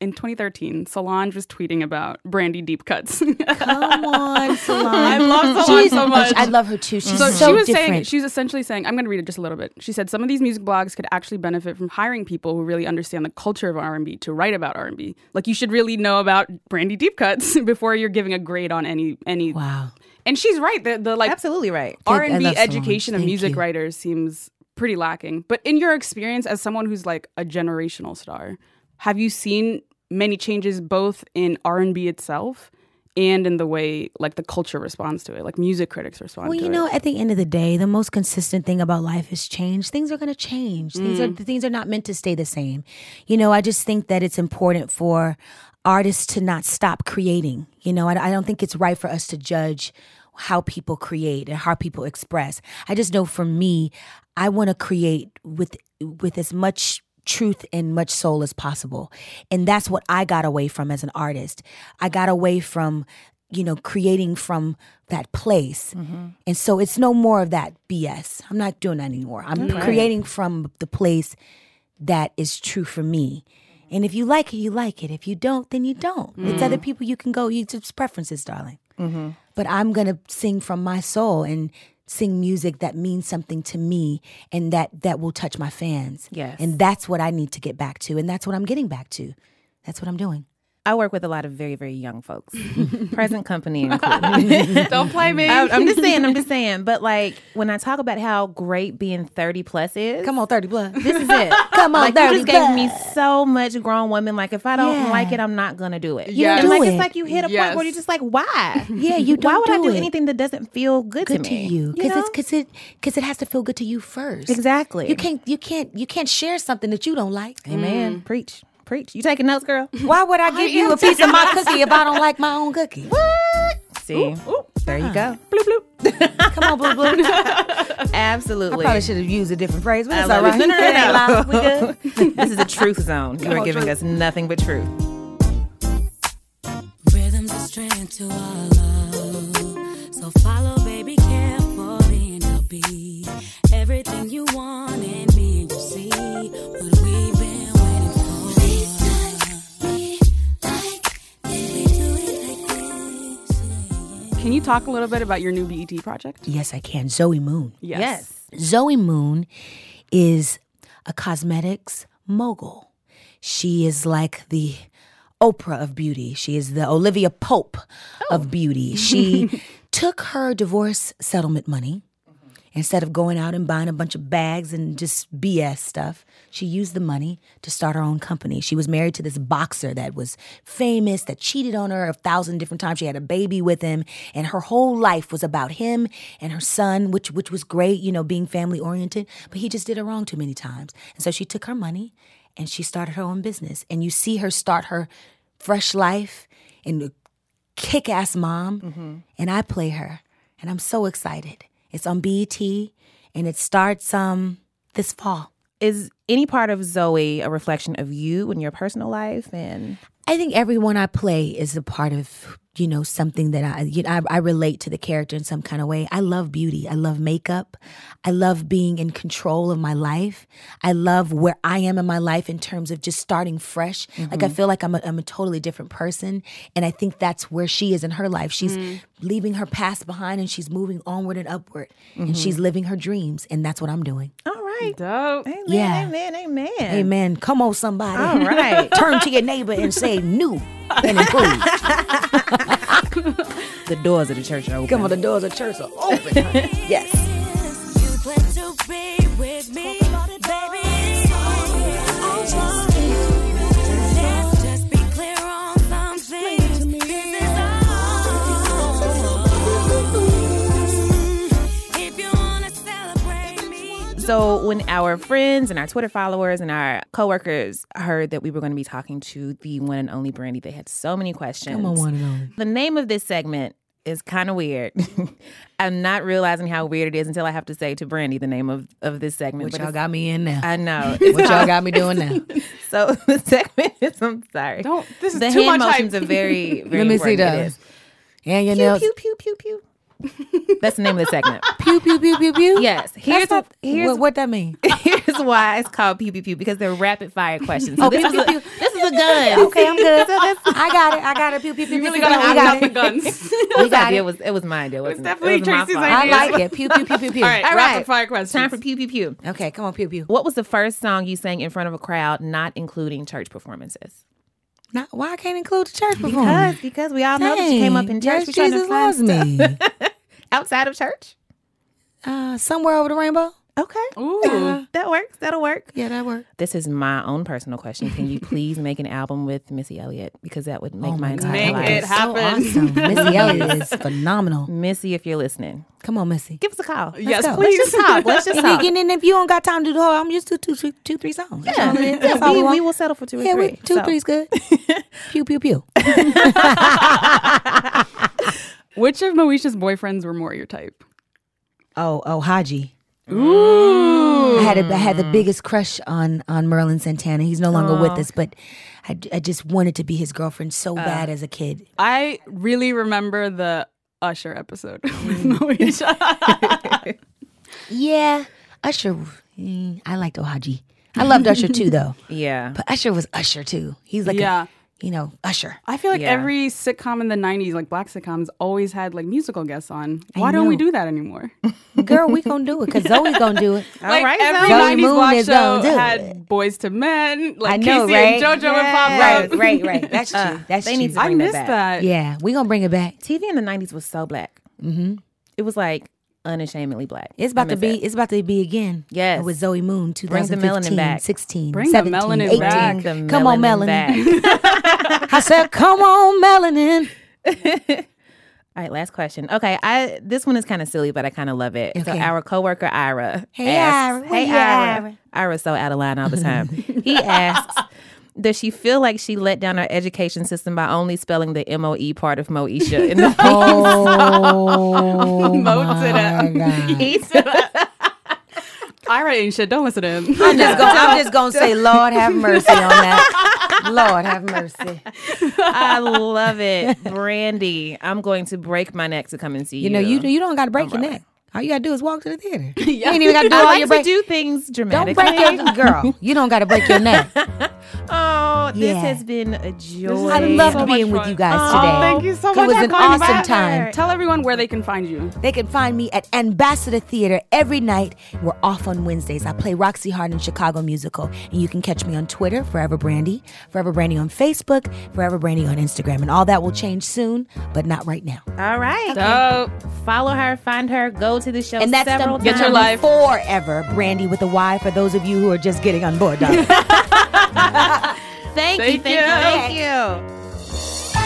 [SPEAKER 2] In 2013, Solange was tweeting about brandy deep cuts. (laughs)
[SPEAKER 4] come on
[SPEAKER 2] (laughs) I
[SPEAKER 4] Solange.
[SPEAKER 2] love Solange
[SPEAKER 4] Oh She's,
[SPEAKER 2] so much.
[SPEAKER 4] I love her too. She's
[SPEAKER 2] So
[SPEAKER 4] so,
[SPEAKER 2] she was saying,
[SPEAKER 4] different.
[SPEAKER 2] she was essentially saying, I'm going to read it just a little bit. She said some of these music blogs could actually benefit from hiring people who really understand the culture of R&B to write about R&B. Like you should really know about Brandy Deep Cuts (laughs) before you're giving a grade on any any.
[SPEAKER 4] wow.
[SPEAKER 2] And she's right. The the like
[SPEAKER 1] Absolutely right.
[SPEAKER 4] I
[SPEAKER 2] R&B
[SPEAKER 4] love Solange.
[SPEAKER 2] education of
[SPEAKER 4] Thank
[SPEAKER 2] music
[SPEAKER 4] you.
[SPEAKER 2] writers seems pretty lacking. But in your experience as someone who's like a generational star, have you seen many changes both in R&B itself and in the way like the culture responds to it, like music critics respond
[SPEAKER 4] Well,
[SPEAKER 2] to
[SPEAKER 4] you
[SPEAKER 2] it?
[SPEAKER 4] know, at the end of the day, the most consistent thing about life is change. Things are going to change. Things
[SPEAKER 2] Mm.
[SPEAKER 4] are things are not meant to stay the same. You know, I just think that it's important for artists to not stop creating. You know, I, I don't think it's right for us to judge how people create and how people express. I just know for me, I want to create with with as much truth and much soul as possible. And that's what I got away from as an artist. I got away from you know, creating from that place.
[SPEAKER 1] Mm-hmm.
[SPEAKER 4] And so it's no more of that BS. I'm not doing that anymore. I'm creating from the place that is true for me.
[SPEAKER 1] Mm-hmm.
[SPEAKER 4] And if you like it, you like it. If you don't, then you don't. It's other people you can go, you just preferences, darling.
[SPEAKER 1] Mm-hmm.
[SPEAKER 4] But I'm going to sing from my soul and sing music that means something to me and that that will touch my fans.
[SPEAKER 1] Yes.
[SPEAKER 4] And that's what I need to get back to and that's what I'm getting back to. That's what I'm doing.
[SPEAKER 1] I work with a lot of very, very young
[SPEAKER 4] (laughs)
[SPEAKER 1] folks, present company included.
[SPEAKER 2] Don't play me.
[SPEAKER 1] I'm, I'm just saying, I'm just saying. But like when I talk about how great being 30 plus is,
[SPEAKER 4] Come on, 30 blood.
[SPEAKER 1] this is it.
[SPEAKER 4] (laughs) Come on,
[SPEAKER 1] like,
[SPEAKER 4] 30
[SPEAKER 1] you just gave me
[SPEAKER 4] blood.
[SPEAKER 1] so much grown woman. Like if I don't
[SPEAKER 4] Yeah.
[SPEAKER 1] like it, I'm not gonna do it.
[SPEAKER 2] Yes.
[SPEAKER 1] And like
[SPEAKER 4] Do
[SPEAKER 1] it's
[SPEAKER 4] it.
[SPEAKER 1] like you hit a point where
[SPEAKER 2] Yes.
[SPEAKER 1] you're just like, (laughs) why?
[SPEAKER 4] Yeah, you
[SPEAKER 1] why
[SPEAKER 4] don't
[SPEAKER 1] would I
[SPEAKER 4] do
[SPEAKER 1] do
[SPEAKER 4] it.
[SPEAKER 1] anything that doesn't feel good,
[SPEAKER 4] good
[SPEAKER 1] to
[SPEAKER 4] to,
[SPEAKER 1] me?
[SPEAKER 4] you because
[SPEAKER 1] know?
[SPEAKER 4] it's because it because it has to feel good to you first.
[SPEAKER 1] exactly.
[SPEAKER 4] You can't you can't you can't share something that you don't like.
[SPEAKER 1] Amen. Preach. Preach. You taking notes, girl?
[SPEAKER 4] Why would I give you a piece of (laughs) my cookie if I don't like my own cookie?
[SPEAKER 1] (laughs) See, there you go.
[SPEAKER 4] Come on, blue (laughs) blue.
[SPEAKER 1] Absolutely.
[SPEAKER 4] Probably should have used a different phrase, but it's
[SPEAKER 1] I
[SPEAKER 4] all
[SPEAKER 1] love
[SPEAKER 4] right.
[SPEAKER 1] it.
[SPEAKER 4] (laughs)
[SPEAKER 1] No, no, no, no.
[SPEAKER 4] We
[SPEAKER 1] (laughs)
[SPEAKER 4] good.
[SPEAKER 1] this is a truth zone. You are
[SPEAKER 2] on,
[SPEAKER 1] giving
[SPEAKER 2] truth.
[SPEAKER 1] us nothing but truth.
[SPEAKER 5] Rhythm's a strand to our love. So follow, baby, carefully, and I'll be everything you want and me, and you see what we've been waiting for. Please touch me like this. We do it like this.
[SPEAKER 2] Can you talk a little bit about your new BET project?
[SPEAKER 4] Yes, I can. Zoe Moon.
[SPEAKER 2] Yes.
[SPEAKER 4] Zoe Moon is a cosmetics mogul. She is like the Oprah of beauty. She is the Olivia Pope of beauty. She (laughs) took her divorce settlement money. Instead of going out and buying a bunch of bags and just BS stuff, she used the money to start her own company. She was married to this boxer that was famous, that cheated on her a thousand different times. She had a baby with him, and her whole life was about him and her son, which which was great, you know, being family oriented. But he just did her wrong too many times, and so she took her money and she started her own business. And you see her start her fresh life and kick ass mom, and I play her, and I'm so excited. It's on BET, and it starts um this fall.
[SPEAKER 1] Is any part of Zoe a reflection of you in your personal life? And
[SPEAKER 4] I think everyone I play is a part of you know something that I you know, I, I relate to the character in some kind of way. I love beauty. I love makeup. I love being in control of my life. I love where I am in my life in terms of just starting fresh. Like I feel like I'm a, I'm a totally different person, and I think that's where she is in her life. She's leaving her past behind and she's moving onward and upward, and she's living her dreams, and that's what I'm doing.
[SPEAKER 1] all right,
[SPEAKER 2] Dope.
[SPEAKER 1] amen,
[SPEAKER 4] Yeah.
[SPEAKER 1] amen, amen,
[SPEAKER 4] Amen. Come on, somebody.
[SPEAKER 1] All right.
[SPEAKER 4] (laughs) Turn to your neighbor and say new and (laughs) improved.
[SPEAKER 1] the doors of the church are open.
[SPEAKER 4] Come on, the doors of church are open. yes.
[SPEAKER 5] You plan to be with me, baby. It's all I want you. Let's just be clear on something. This is all. If you wanna celebrate me.
[SPEAKER 1] So when our friends and our Twitter followers and our coworkers heard that we were going to be talking to the one and only Brandy, they had so many questions. Come on, one and only. The name of this segment is kind of weird. (laughs) I'm not realizing how weird it is until I have to say to Brandy the name of, of this segment.
[SPEAKER 4] (laughs) What
[SPEAKER 1] but
[SPEAKER 4] y'all
[SPEAKER 1] it's-
[SPEAKER 4] got me in (laughs) now?
[SPEAKER 1] I know. It's
[SPEAKER 4] What y'all got me doing now?
[SPEAKER 1] So (laughs) the segment is I'm sorry.
[SPEAKER 2] Don't- this is
[SPEAKER 1] the
[SPEAKER 2] too
[SPEAKER 1] hand
[SPEAKER 2] much hype.
[SPEAKER 1] motions are very, very
[SPEAKER 4] Let me see
[SPEAKER 1] important. It
[SPEAKER 4] those.
[SPEAKER 1] is.
[SPEAKER 4] And your
[SPEAKER 1] Pew
[SPEAKER 4] nails.
[SPEAKER 1] pew pew pew pew. That's the name of the segment.
[SPEAKER 4] Pew pew pew pew pew. (laughs)
[SPEAKER 1] Yes. Here's
[SPEAKER 4] That's not,
[SPEAKER 1] a- here's
[SPEAKER 4] what, what that (laughs) mean.
[SPEAKER 1] (laughs) Here's why it's called pew pew pew because they're rapid fire questions. So
[SPEAKER 4] Oh,
[SPEAKER 1] this,
[SPEAKER 4] pew,
[SPEAKER 1] is
[SPEAKER 4] pew,
[SPEAKER 1] a, this is a gun. (laughs)
[SPEAKER 4] Okay, I'm (laughs) good. I got it. I got it. Pew pew pew.
[SPEAKER 2] You really
[SPEAKER 4] pew,
[SPEAKER 2] gotta
[SPEAKER 4] pew, we
[SPEAKER 2] open up the
[SPEAKER 4] it.
[SPEAKER 2] guns.
[SPEAKER 4] We got
[SPEAKER 1] It
[SPEAKER 4] it.
[SPEAKER 1] was it was my idea. Wasn't it?
[SPEAKER 2] definitely
[SPEAKER 1] it was my
[SPEAKER 2] Tracy's
[SPEAKER 1] fault.
[SPEAKER 2] idea.
[SPEAKER 4] I like it. Pew pew pew pew (laughs) pew.
[SPEAKER 2] All right,
[SPEAKER 1] All
[SPEAKER 2] rapid
[SPEAKER 1] right.
[SPEAKER 2] fire questions.
[SPEAKER 1] Time for pew pew pew.
[SPEAKER 4] Okay, come on, pew pew.
[SPEAKER 1] What was the first song you sang in front of a crowd, not including church performances?
[SPEAKER 4] Now, why I can't include the church performance?
[SPEAKER 1] because we all
[SPEAKER 4] Dang, yes, Jesus loves me.
[SPEAKER 1] outside of church.
[SPEAKER 4] uh, somewhere over the rainbow.
[SPEAKER 1] Okay,
[SPEAKER 2] Ooh.
[SPEAKER 1] (laughs) that works. That'll work.
[SPEAKER 4] Yeah, that worked.
[SPEAKER 1] This is my own personal question. Can you please make an album with Missy Elliott because that would make
[SPEAKER 4] Oh
[SPEAKER 1] my entire
[SPEAKER 2] Make
[SPEAKER 1] life.
[SPEAKER 2] it happen.
[SPEAKER 4] So awesome. Missy Elliott is phenomenal.
[SPEAKER 1] Missy, if you're listening,
[SPEAKER 4] Come on, Missy.
[SPEAKER 1] give us a call.
[SPEAKER 2] Yes,
[SPEAKER 4] go.
[SPEAKER 2] please.
[SPEAKER 1] Let's just talk. Let's
[SPEAKER 4] (laughs)
[SPEAKER 1] just
[SPEAKER 4] And,
[SPEAKER 1] talk.
[SPEAKER 4] you- and if you don't got time to do the whole, I'm just do two, two, two three songs. That's
[SPEAKER 1] Yeah,
[SPEAKER 4] all it is. That's
[SPEAKER 1] yeah,
[SPEAKER 4] all
[SPEAKER 1] we,
[SPEAKER 4] want.
[SPEAKER 1] we will settle for two or
[SPEAKER 4] Yeah,
[SPEAKER 1] three.
[SPEAKER 4] we, two,
[SPEAKER 1] so.
[SPEAKER 4] three's (laughs) good. pew, pew, pew.
[SPEAKER 2] (laughs) Which of Moesha's boyfriends were more your type?
[SPEAKER 4] Oh, oh, Haji. Ooh. I had a, I had the biggest crush on on Merlin Santana. He's no longer with us, but I, I just wanted to be his girlfriend so bad as a kid.
[SPEAKER 2] I really remember the Usher episode with
[SPEAKER 4] Mm. (laughs)
[SPEAKER 2] Moesha.
[SPEAKER 4] Yeah, Usher. (laughs) mm, I liked Oh Haji. I loved Usher too, though.
[SPEAKER 1] Yeah.
[SPEAKER 4] But Usher was Usher too. He's like a-
[SPEAKER 2] yeah.
[SPEAKER 4] you know, Usher.
[SPEAKER 2] I feel like
[SPEAKER 1] Yeah.
[SPEAKER 2] every sitcom in the 90s, like black sitcoms, always had like musical guests on. Why don't we do that anymore?
[SPEAKER 4] Girl, we gonna do it (laughs) because Zoe's gonna do it.
[SPEAKER 2] (laughs) like
[SPEAKER 1] right,
[SPEAKER 2] every
[SPEAKER 1] Zoe
[SPEAKER 2] 90s
[SPEAKER 4] Moon
[SPEAKER 2] watch
[SPEAKER 4] is gonna
[SPEAKER 2] show
[SPEAKER 4] do
[SPEAKER 2] had Boys to Men, like
[SPEAKER 4] I know,
[SPEAKER 2] Casey and
[SPEAKER 4] right?
[SPEAKER 2] JoJo and
[SPEAKER 4] Right,
[SPEAKER 2] Bob.
[SPEAKER 1] (laughs)
[SPEAKER 4] right, right. That's true. That's
[SPEAKER 1] um, Uh, they
[SPEAKER 4] true.
[SPEAKER 1] need to
[SPEAKER 2] I
[SPEAKER 1] Bring that
[SPEAKER 2] missed
[SPEAKER 1] back.
[SPEAKER 2] that.
[SPEAKER 4] yeah, we gonna bring it back.
[SPEAKER 1] TV in the '90s was so black. Mm-hmm. It was like unashamedly black.
[SPEAKER 4] It's about
[SPEAKER 1] I
[SPEAKER 4] to
[SPEAKER 1] miss
[SPEAKER 4] be.
[SPEAKER 1] it.
[SPEAKER 4] It's about to be again.
[SPEAKER 1] Yes.
[SPEAKER 4] with Zoe Moon,
[SPEAKER 1] Bring the
[SPEAKER 4] 2015,
[SPEAKER 1] melanin back.
[SPEAKER 4] 16,
[SPEAKER 2] Bring the
[SPEAKER 4] 17,
[SPEAKER 2] melanin
[SPEAKER 4] 18.
[SPEAKER 2] back.
[SPEAKER 1] Bring the
[SPEAKER 4] Come on,
[SPEAKER 1] melanin
[SPEAKER 4] melanin.
[SPEAKER 1] back.
[SPEAKER 4] I said, come on, melanin.
[SPEAKER 1] All (laughs) right, last question. Okay, I this one is kind of silly, but I kind of love it. So
[SPEAKER 4] Okay.
[SPEAKER 1] our coworker Ira.
[SPEAKER 4] Hey,
[SPEAKER 1] asks,
[SPEAKER 4] Ira.
[SPEAKER 1] Hey
[SPEAKER 4] Where you at,
[SPEAKER 1] Ira.
[SPEAKER 4] Ira?
[SPEAKER 1] Ira's so out of line all the (laughs) time. he asks, does she feel like she let down our education system by only spelling the M O E part of Moesha in the
[SPEAKER 4] Oh,
[SPEAKER 2] Moats it (laughs)
[SPEAKER 4] (laughs)
[SPEAKER 2] up.
[SPEAKER 4] my God.
[SPEAKER 2] Ira ain't shit. Don't listen to him.
[SPEAKER 4] (laughs)
[SPEAKER 2] (laughs)
[SPEAKER 4] I'm just gonna, I'm just gonna say, Lord have mercy on that. Lord have mercy.
[SPEAKER 1] I love it, Brandy. I'm going to break my neck to come and see you.
[SPEAKER 4] You know, you you don't got to break your neck. All you got to do is walk to the theater. You ain't even got to do
[SPEAKER 1] I
[SPEAKER 4] all
[SPEAKER 1] like
[SPEAKER 4] your
[SPEAKER 1] to
[SPEAKER 4] break.
[SPEAKER 1] do things
[SPEAKER 4] don't
[SPEAKER 1] dramatically.
[SPEAKER 4] break your girl. You don't got to break your neck.
[SPEAKER 1] Oh, this
[SPEAKER 4] Yeah.
[SPEAKER 1] has been a joy.
[SPEAKER 4] I loved
[SPEAKER 2] so much
[SPEAKER 4] being with
[SPEAKER 2] fun.
[SPEAKER 4] you guys
[SPEAKER 1] Oh,
[SPEAKER 4] today.
[SPEAKER 2] thank you so much
[SPEAKER 4] It was
[SPEAKER 2] for
[SPEAKER 4] an
[SPEAKER 2] coming
[SPEAKER 4] awesome
[SPEAKER 2] back.
[SPEAKER 4] time.
[SPEAKER 2] Tell everyone where they can find you.
[SPEAKER 4] They can find me at Ambassador Theater every night. We're off on Wednesdays. I play Roxy Hart in Chicago Musical. And you can catch me on Twitter, Forever Brandy, Forever Brandy on Facebook, Forever Brandy on Instagram. And all that will change soon, but not right now.
[SPEAKER 1] All right.
[SPEAKER 2] Dope.
[SPEAKER 1] Follow her, find her, go to the show
[SPEAKER 4] And that's
[SPEAKER 1] several
[SPEAKER 4] the
[SPEAKER 1] times.
[SPEAKER 2] Get your life.
[SPEAKER 4] forever Brandy with a Y for those of you who are just getting on board. darling.
[SPEAKER 1] Thank, you,
[SPEAKER 2] Thank
[SPEAKER 1] thank
[SPEAKER 2] you.
[SPEAKER 1] you, thank you.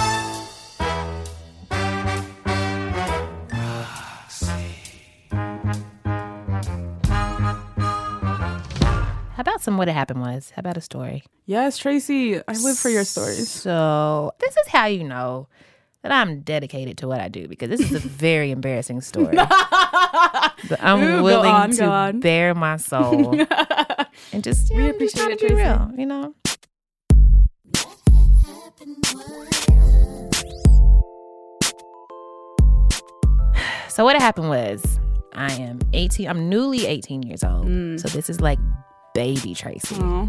[SPEAKER 1] How about some what happened was? How about a story?
[SPEAKER 2] Yes, Tracy, I live for your stories.
[SPEAKER 1] So this is how you know that I'm dedicated to what I do because this is
[SPEAKER 2] (laughs)
[SPEAKER 1] a very embarrassing story. but I'm
[SPEAKER 2] Ooh, go
[SPEAKER 1] willing
[SPEAKER 2] on, go
[SPEAKER 1] to
[SPEAKER 2] on.
[SPEAKER 1] bare my
[SPEAKER 2] (laughs)
[SPEAKER 1] soul and just you know, just try
[SPEAKER 2] appreciate
[SPEAKER 1] to
[SPEAKER 2] it,
[SPEAKER 1] be
[SPEAKER 2] Tracy.
[SPEAKER 1] real, you know. So what happened was I am 18. I'm newly 18 years old. So this is like baby Tracy
[SPEAKER 2] Mm. Aw.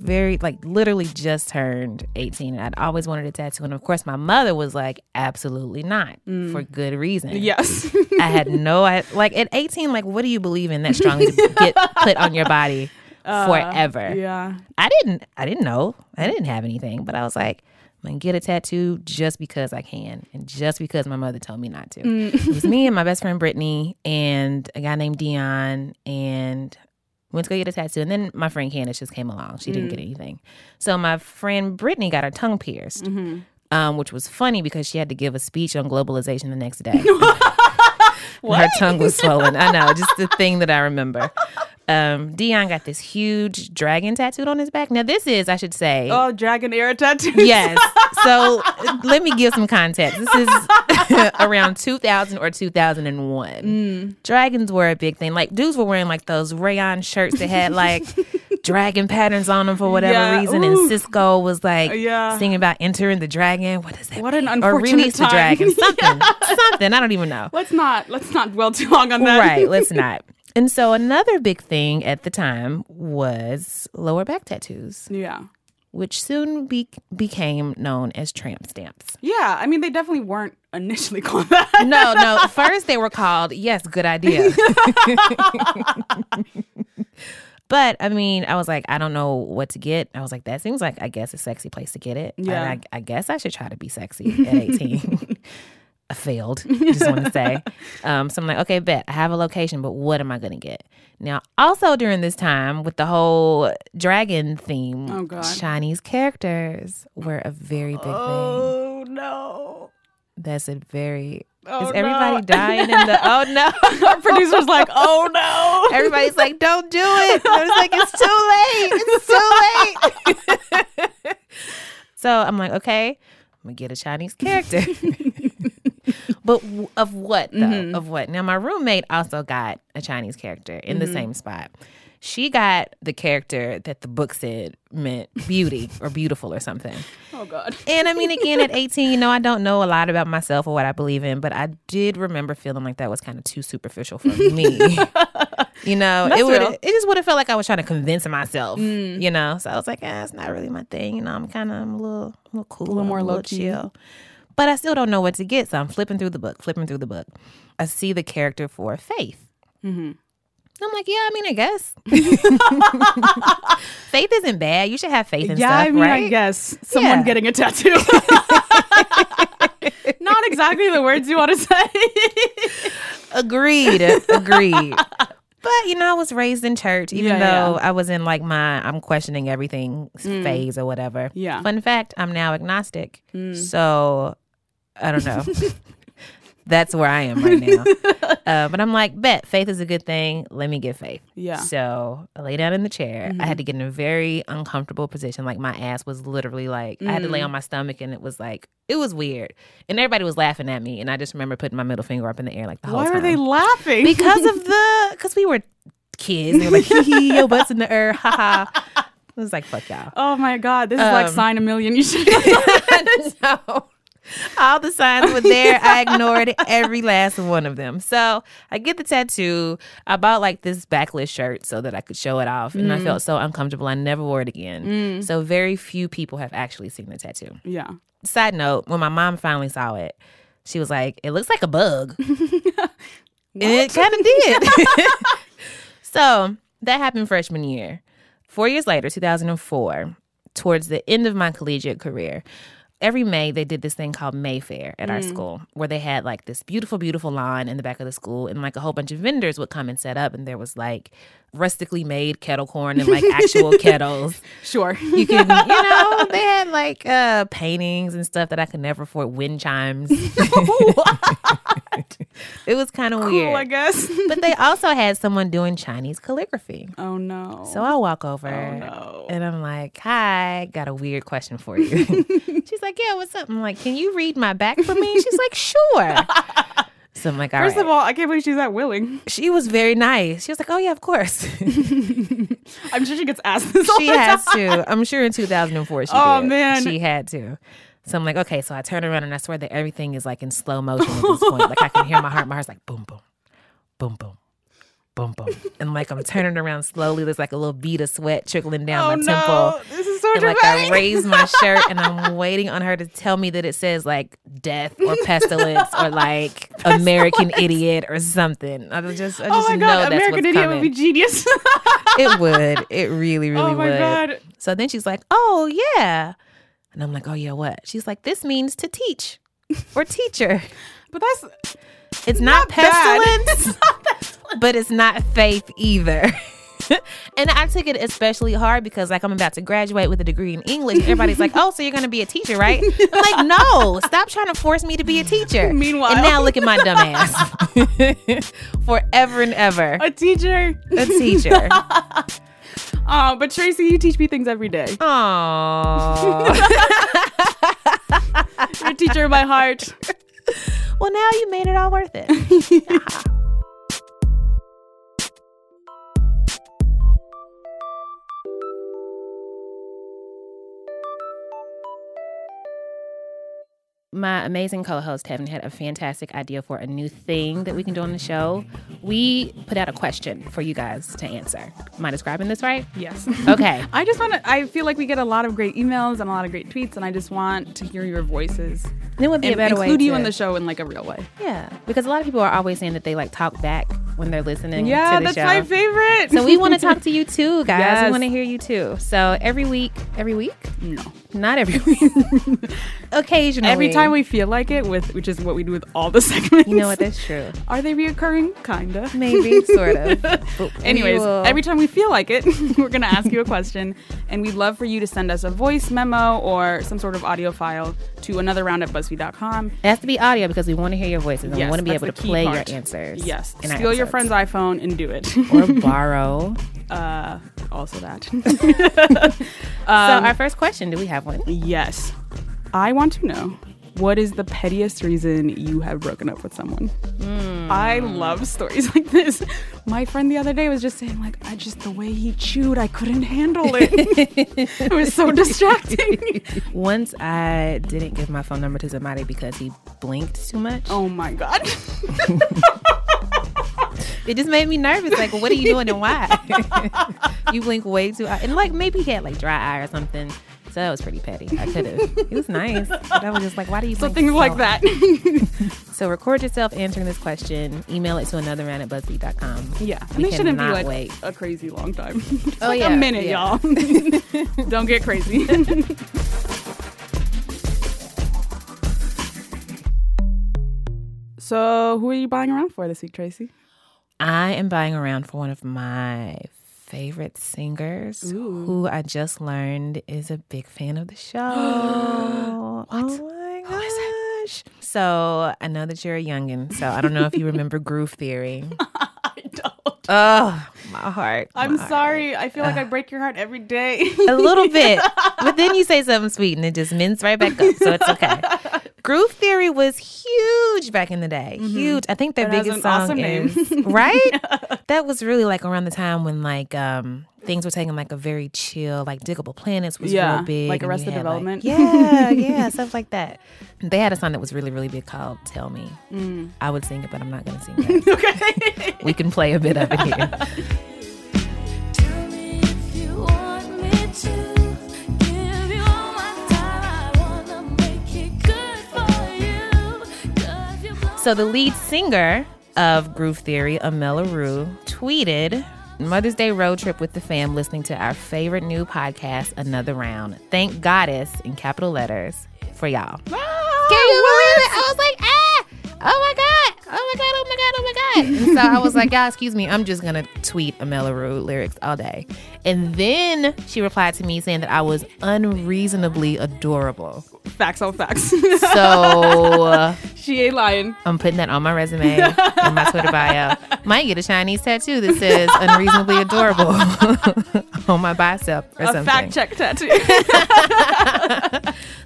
[SPEAKER 1] very like literally just turned 18 and I'd always wanted a tattoo and of course my mother was like absolutely not for
[SPEAKER 2] Mm.
[SPEAKER 1] good reason.
[SPEAKER 2] (laughs) Yes. (laughs)
[SPEAKER 1] I had no I like at 18 like what do you believe in that strongly to get put on your body forever.
[SPEAKER 2] yeah.
[SPEAKER 1] I didn't I didn't know. I didn't have anything, but I was like I'm gonna get a tattoo just because I can and just because my mother told me not to. it was me and my best friend Brittany and a guy named Dion and went to go get a tattoo. And then my friend Candace just came along. She didn't get anything. So my friend Brittany got her tongue pierced. Um, which was funny because she had to give a speech on globalization the next day. Her tongue was swollen. I know, just the thing that I remember. Um, Dion got this huge dragon tattooed on his back. Now, this is, I should say,
[SPEAKER 2] Oh, dragon era tattoos.
[SPEAKER 1] Yes. So let me give some context. This is (laughs) around 2000 or 2001.
[SPEAKER 2] Mm.
[SPEAKER 1] Dragons were a big thing. Like dudes were wearing like those rayon shirts that had
[SPEAKER 2] (laughs)
[SPEAKER 1] like dragon patterns on them for whatever
[SPEAKER 2] Yeah,
[SPEAKER 1] reason.
[SPEAKER 2] ooh. Uh,
[SPEAKER 1] And Cisco was like
[SPEAKER 2] Yeah.
[SPEAKER 1] singing about entering the dragon. What is that?
[SPEAKER 2] What an
[SPEAKER 1] mean?
[SPEAKER 2] unfortunate
[SPEAKER 1] or release
[SPEAKER 2] time.
[SPEAKER 1] the
[SPEAKER 2] (laughs)
[SPEAKER 1] dragon. Something. Something. I don't even know.
[SPEAKER 2] (laughs) Let's not let's not dwell too long on that.
[SPEAKER 1] Right. Let's not. And so another big thing at the time was lower back tattoos,
[SPEAKER 2] (laughs) yeah.
[SPEAKER 1] which soon be- became known as tramp stamps.
[SPEAKER 2] Yeah. I mean, they definitely weren't initially (laughs) called that.
[SPEAKER 1] No, no. First they were called, yes, good
[SPEAKER 2] (laughs)
[SPEAKER 1] idea. but I mean, I was like, I don't know what to get. I was like, that seems like I guess a sexy place to get it. And
[SPEAKER 2] Yeah.
[SPEAKER 1] I, I guess I should try to be sexy
[SPEAKER 2] (laughs)
[SPEAKER 1] at 18. (laughs) I failed, just want to say. Um, so I'm like, okay, bet I have a location, but what am I gonna get? Now, also during this time with the whole dragon theme,
[SPEAKER 2] Oh, God.
[SPEAKER 1] Chinese characters were a very big thing.
[SPEAKER 2] Oh no.
[SPEAKER 1] That's a very.
[SPEAKER 2] Oh,
[SPEAKER 1] is everybody
[SPEAKER 2] no.
[SPEAKER 1] dying in
[SPEAKER 2] (laughs)
[SPEAKER 1] the? Oh no! (laughs)
[SPEAKER 2] Our producer's like, oh no.
[SPEAKER 1] Everybody's like, "Don't do it." And I was like, "It's too late. It's too late." (laughs) so I'm like, "Okay, I'm gonna get a Chinese character." (laughs) but w- of what though?
[SPEAKER 2] Mm-hmm.
[SPEAKER 1] Of what? Now my roommate also got a Chinese character in
[SPEAKER 2] Mm-hmm.
[SPEAKER 1] the same spot. She got the character that the book said meant beauty or beautiful or something.
[SPEAKER 2] Oh god.
[SPEAKER 1] And I mean, again, at 18, you know, I don't know a lot about myself
[SPEAKER 2] (laughs)
[SPEAKER 1] or what I believe in, but I did remember feeling like that was kind of too superficial for me. You know,
[SPEAKER 2] That's
[SPEAKER 1] it would
[SPEAKER 2] real. Mm.
[SPEAKER 1] it just would have felt like I was trying to convince myself. You know, so I was like, ah, it's not really my thing. You know, I'm kind of a little, a little cool, a little
[SPEAKER 2] more
[SPEAKER 1] a little
[SPEAKER 2] low-key.
[SPEAKER 1] chill. But I still don't know what to get, so I'm flipping through the book, flipping through the book. I see the character for Faith.
[SPEAKER 2] Mm-hmm.
[SPEAKER 1] I'm like, yeah, I mean, I
[SPEAKER 2] (laughs)
[SPEAKER 1] guess. faith isn't bad. You should have faith in
[SPEAKER 2] yeah,
[SPEAKER 1] stuff,
[SPEAKER 2] I mean,
[SPEAKER 1] right?
[SPEAKER 2] I guess someone
[SPEAKER 1] Yeah.
[SPEAKER 2] getting a tattoo. (laughs) Not exactly the words you want
[SPEAKER 1] (laughs)
[SPEAKER 2] to say.
[SPEAKER 1] Agreed. Agreed. (laughs) But you know, I was raised in church, even
[SPEAKER 2] Yeah, yeah, Mm.
[SPEAKER 1] though I was in like my I'm questioning everything phase or whatever.
[SPEAKER 2] Yeah. Mm.
[SPEAKER 1] Fun fact, I'm now agnostic. So I don't know. (laughs) That's where I am right
[SPEAKER 2] (laughs)
[SPEAKER 1] now. uh, but I'm like, bet faith is a good thing. Let me get faith.
[SPEAKER 2] Yeah. Mm-hmm.
[SPEAKER 1] So I lay down in the chair. I had to get in a very uncomfortable position. Like my ass was literally like I had to lay
[SPEAKER 2] Mm.
[SPEAKER 1] on my stomach, and it was like it was weird. And everybody was laughing at me, and I just remember putting my middle finger up in the air like the whole
[SPEAKER 2] Why
[SPEAKER 1] time.
[SPEAKER 2] were they laughing?
[SPEAKER 1] because of the because we were kids. and They were like, hee hee, your butts in the air, ha ha. It was like fuck
[SPEAKER 2] (laughs)
[SPEAKER 1] y'all.
[SPEAKER 2] oh my God, this is like
[SPEAKER 1] Um,
[SPEAKER 2] sign a million.
[SPEAKER 1] (laughs)
[SPEAKER 2] You should.
[SPEAKER 1] so all the signs were there. I ignored every last one of them. So I get the tattoo. I bought like this backless shirt so that I could show it off.
[SPEAKER 2] Mm.
[SPEAKER 1] And I felt so uncomfortable. I never wore it again. So very few people have actually seen the tattoo.
[SPEAKER 2] yeah.
[SPEAKER 1] Side note, when my mom finally saw it, she was like, It looks like a bug. and it kind of did. (laughs) so that happened freshman year. Four years later, 2004, towards the end of my collegiate career, every May they did this thing called Mayfair at our school where they had like this beautiful, beautiful lawn in the back of the school and like a whole bunch of vendors would come and set up and there was like rustically made kettle corn and like actual kettles
[SPEAKER 2] Sure. (laughs)
[SPEAKER 1] you can you know they had like uh paintings and stuff that i could never afford wind
[SPEAKER 2] (laughs)
[SPEAKER 1] chimes it was kind of
[SPEAKER 2] Cool,
[SPEAKER 1] weird
[SPEAKER 2] I guess.
[SPEAKER 1] but they also had someone doing chinese calligraphy
[SPEAKER 2] oh no.
[SPEAKER 1] so i walk over
[SPEAKER 2] no.
[SPEAKER 1] and i'm like hi got a weird question for you
[SPEAKER 2] (laughs)
[SPEAKER 1] she's like yeah what's up i'm like can you read my back for me she's like
[SPEAKER 2] (laughs)
[SPEAKER 1] sure so i'm like all
[SPEAKER 2] First
[SPEAKER 1] right.
[SPEAKER 2] of all, I can't believe she's that willing.
[SPEAKER 1] she was very nice she was like oh yeah of course
[SPEAKER 2] I'm sure she gets asked this.
[SPEAKER 1] (laughs)
[SPEAKER 2] all
[SPEAKER 1] she
[SPEAKER 2] the time.
[SPEAKER 1] has to. I'm sure in 2004 she
[SPEAKER 2] Oh,
[SPEAKER 1] did.
[SPEAKER 2] man.
[SPEAKER 1] She had to. So I'm like, okay. So I turn around and I swear that everything is like in slow motion at this point. Like I can hear my heart. My heart's like boom, boom, boom, boom, boom, boom. And like I'm turning around slowly. There's like a little bead of sweat trickling down
[SPEAKER 2] Oh
[SPEAKER 1] my
[SPEAKER 2] no,
[SPEAKER 1] temple.
[SPEAKER 2] this is so
[SPEAKER 1] And like
[SPEAKER 2] dramatic.
[SPEAKER 1] I
[SPEAKER 2] (laughs)
[SPEAKER 1] raise my shirt and I'm waiting on her to tell me that it says like death
[SPEAKER 2] (laughs)
[SPEAKER 1] or pestilence or like American idiot or something. I just, I just
[SPEAKER 2] oh my
[SPEAKER 1] know
[SPEAKER 2] God,
[SPEAKER 1] that's
[SPEAKER 2] American
[SPEAKER 1] what's
[SPEAKER 2] Idiot
[SPEAKER 1] coming
[SPEAKER 2] would be genius. (laughs)
[SPEAKER 1] it would. It really, really
[SPEAKER 2] oh my
[SPEAKER 1] would.
[SPEAKER 2] God.
[SPEAKER 1] So then she's like, Oh yeah. And I'm like, Oh yeah, what? She's like, This means to teach or teacher.
[SPEAKER 2] But that's
[SPEAKER 1] It's not,
[SPEAKER 2] bad.
[SPEAKER 1] pestilence, but it's not faith either. (laughs) and I took it especially hard because like I'm about to graduate with a degree in English. Everybody's like, Oh, so you're gonna be a teacher, right? I'm like, no, stop trying to force me to be a teacher.
[SPEAKER 2] Meanwhile-
[SPEAKER 1] And now look at my dumb ass. (laughs) Forever and ever.
[SPEAKER 2] a teacher.
[SPEAKER 1] A teacher.
[SPEAKER 2] Oh, but Tracy, you teach me things every day.
[SPEAKER 1] Aww.
[SPEAKER 2] You're a teacher of
[SPEAKER 1] (laughs)
[SPEAKER 2] my heart.
[SPEAKER 1] Well, now you made it all worth
[SPEAKER 2] (laughs)
[SPEAKER 1] it. My amazing co host, Heaven, had a fantastic idea for a new thing that we can do on the show. We put out a question for you guys to answer. Am I describing this
[SPEAKER 2] (laughs)
[SPEAKER 1] right?
[SPEAKER 2] Yes.
[SPEAKER 1] Okay.
[SPEAKER 2] I just want to. I feel like we get a lot of great emails and a lot of great tweets, and I just want to hear your voices
[SPEAKER 1] It would be
[SPEAKER 2] and
[SPEAKER 1] a better way
[SPEAKER 2] include you
[SPEAKER 1] to-
[SPEAKER 2] in the show in like a real way.
[SPEAKER 1] Yeah, because a lot of people are always saying that they like talk back when they're listening. to
[SPEAKER 2] Yeah,
[SPEAKER 1] the
[SPEAKER 2] that's
[SPEAKER 1] show.
[SPEAKER 2] my favorite. (laughs)
[SPEAKER 1] So we want to talk to you too, guys.
[SPEAKER 2] Yes.
[SPEAKER 1] We want to hear you too. So every week, every week,
[SPEAKER 2] no.
[SPEAKER 1] not every (laughs) week, occasionally.
[SPEAKER 2] Every time we feel like it, with which is what we do with all the (laughs) segments.
[SPEAKER 1] you know what, that's true.
[SPEAKER 2] Are they reoccurring? Kinda. (laughs)
[SPEAKER 1] Maybe, sort of. But we
[SPEAKER 2] Anyways,
[SPEAKER 1] will-
[SPEAKER 2] every time we feel like it, (laughs) we're going to ask you a question, and we'd love for you to send us a voice memo or some sort of audio file to another round at BuzzFeed.com.
[SPEAKER 1] it has to be audio because we want to hear your voices and we
[SPEAKER 2] Yes,
[SPEAKER 1] want to be
[SPEAKER 2] that's
[SPEAKER 1] able to
[SPEAKER 2] the key
[SPEAKER 1] play
[SPEAKER 2] part.
[SPEAKER 1] your answers.
[SPEAKER 2] Yes.
[SPEAKER 1] in our
[SPEAKER 2] Steal your
[SPEAKER 1] episodes.
[SPEAKER 2] friend's iPhone and do it. (laughs)
[SPEAKER 1] or borrow.
[SPEAKER 2] uh, also that. Um,
[SPEAKER 1] so our first question: Do we have one?
[SPEAKER 2] yes. I want to know what is the pettiest reason you have broken up with someone? I love stories (laughs) like this. My friend the other day was just saying, like, I just, the way he chewed, I couldn't handle it. it (laughs) was so distracting. (laughs)
[SPEAKER 1] Once I didn't give my phone number to
[SPEAKER 2] (laughs)
[SPEAKER 1] somebody because he blinked too much.
[SPEAKER 2] oh my God.
[SPEAKER 1] It just made me nervous. Like, what are you doing and why? (laughs) you blink way too hard. And like maybe he had like dry eye or something. So that was pretty petty. I could have. It was nice. But I was just like, why do you
[SPEAKER 2] So
[SPEAKER 1] blink
[SPEAKER 2] things
[SPEAKER 1] so
[SPEAKER 2] like that.
[SPEAKER 1] So record yourself answering this question. Email it to another round at BuzzFeed.com.
[SPEAKER 2] yeah. And
[SPEAKER 1] We
[SPEAKER 2] they shouldn't be
[SPEAKER 1] cannot
[SPEAKER 2] like
[SPEAKER 1] wait.
[SPEAKER 2] a crazy long time. (laughs) Just
[SPEAKER 1] Oh,
[SPEAKER 2] like
[SPEAKER 1] yeah,
[SPEAKER 2] a minute,
[SPEAKER 1] yeah.
[SPEAKER 2] y'all. (laughs) Don't get crazy. so who are you buying around for this week, Tracy?
[SPEAKER 1] I am buying around for one of my favorite singers who I just learned is a big fan of the show. what? Oh my gosh. So I know that you're a youngin', so I don't know if you remember Groove Theory.
[SPEAKER 2] I don't.
[SPEAKER 1] Oh, my heart.
[SPEAKER 2] I'm
[SPEAKER 1] my
[SPEAKER 2] sorry. I feel like I break your heart every day. (laughs)
[SPEAKER 1] a little bit. But then you say something sweet and it just mints right back up. So it's
[SPEAKER 2] (laughs)
[SPEAKER 1] okay. Groove Theory was huge back in the day. Huge. I think their
[SPEAKER 2] Mm-hmm. That has
[SPEAKER 1] biggest song
[SPEAKER 2] an awesome name. (laughs)
[SPEAKER 1] is right. that was really like around the time when like um things were taking like a very chill, like Diggable Planets was
[SPEAKER 2] Yeah,
[SPEAKER 1] real big, and
[SPEAKER 2] like
[SPEAKER 1] you
[SPEAKER 2] Arrested
[SPEAKER 1] had,
[SPEAKER 2] Development.
[SPEAKER 1] yeah,
[SPEAKER 2] (laughs)
[SPEAKER 1] yeah, stuff like that. They had a song that was really, really big called "Tell Me." I would sing it, but I'm not
[SPEAKER 2] (laughs)
[SPEAKER 1] gonna sing that.
[SPEAKER 2] Mm. okay.
[SPEAKER 1] we can play a bit of it here.
[SPEAKER 5] Tell me if you want me to give you all my time. I wanna make it good for you. 'Cause you blow
[SPEAKER 1] So the lead singer of Groove Theory, Amela Rue, tweeted Mother's Day road trip with the fam listening to our favorite new podcast, Another Round. Thank Goddess in capital letters for y'all. Can you believe it? I was like, ah, oh my God, oh my God, oh my God, oh my God. And so I was like, y'all, excuse me, I'm just gonna tweet Amela Rue lyrics all day. And then she replied to me saying that I was unreasonably adorable.
[SPEAKER 2] Facts on facts. (laughs)
[SPEAKER 1] So.
[SPEAKER 2] she ain't lying.
[SPEAKER 1] I'm putting that on my resume and my Twitter bio. Might get a Chinese tattoo that says unreasonably adorable (laughs) on my bicep or
[SPEAKER 2] a
[SPEAKER 1] something.
[SPEAKER 2] fact check tattoo. (laughs)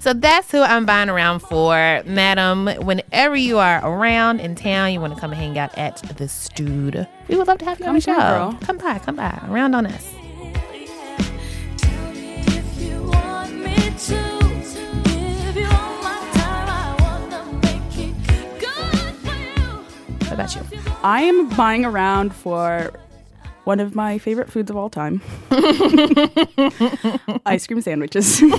[SPEAKER 1] So that's who I'm buying around for. Madam, whenever you are around in town, you want to come hang out at the Stood. We would love to have you on the show.
[SPEAKER 2] Come through, girl.
[SPEAKER 1] Come by, come by. Around on us.
[SPEAKER 5] Tell me if you want me to give you all my time. I wanna make it good for you.
[SPEAKER 1] What about you?
[SPEAKER 2] I am buying around for one of my favorite foods of
[SPEAKER 1] (laughs)
[SPEAKER 2] all time ice cream sandwiches. (laughs)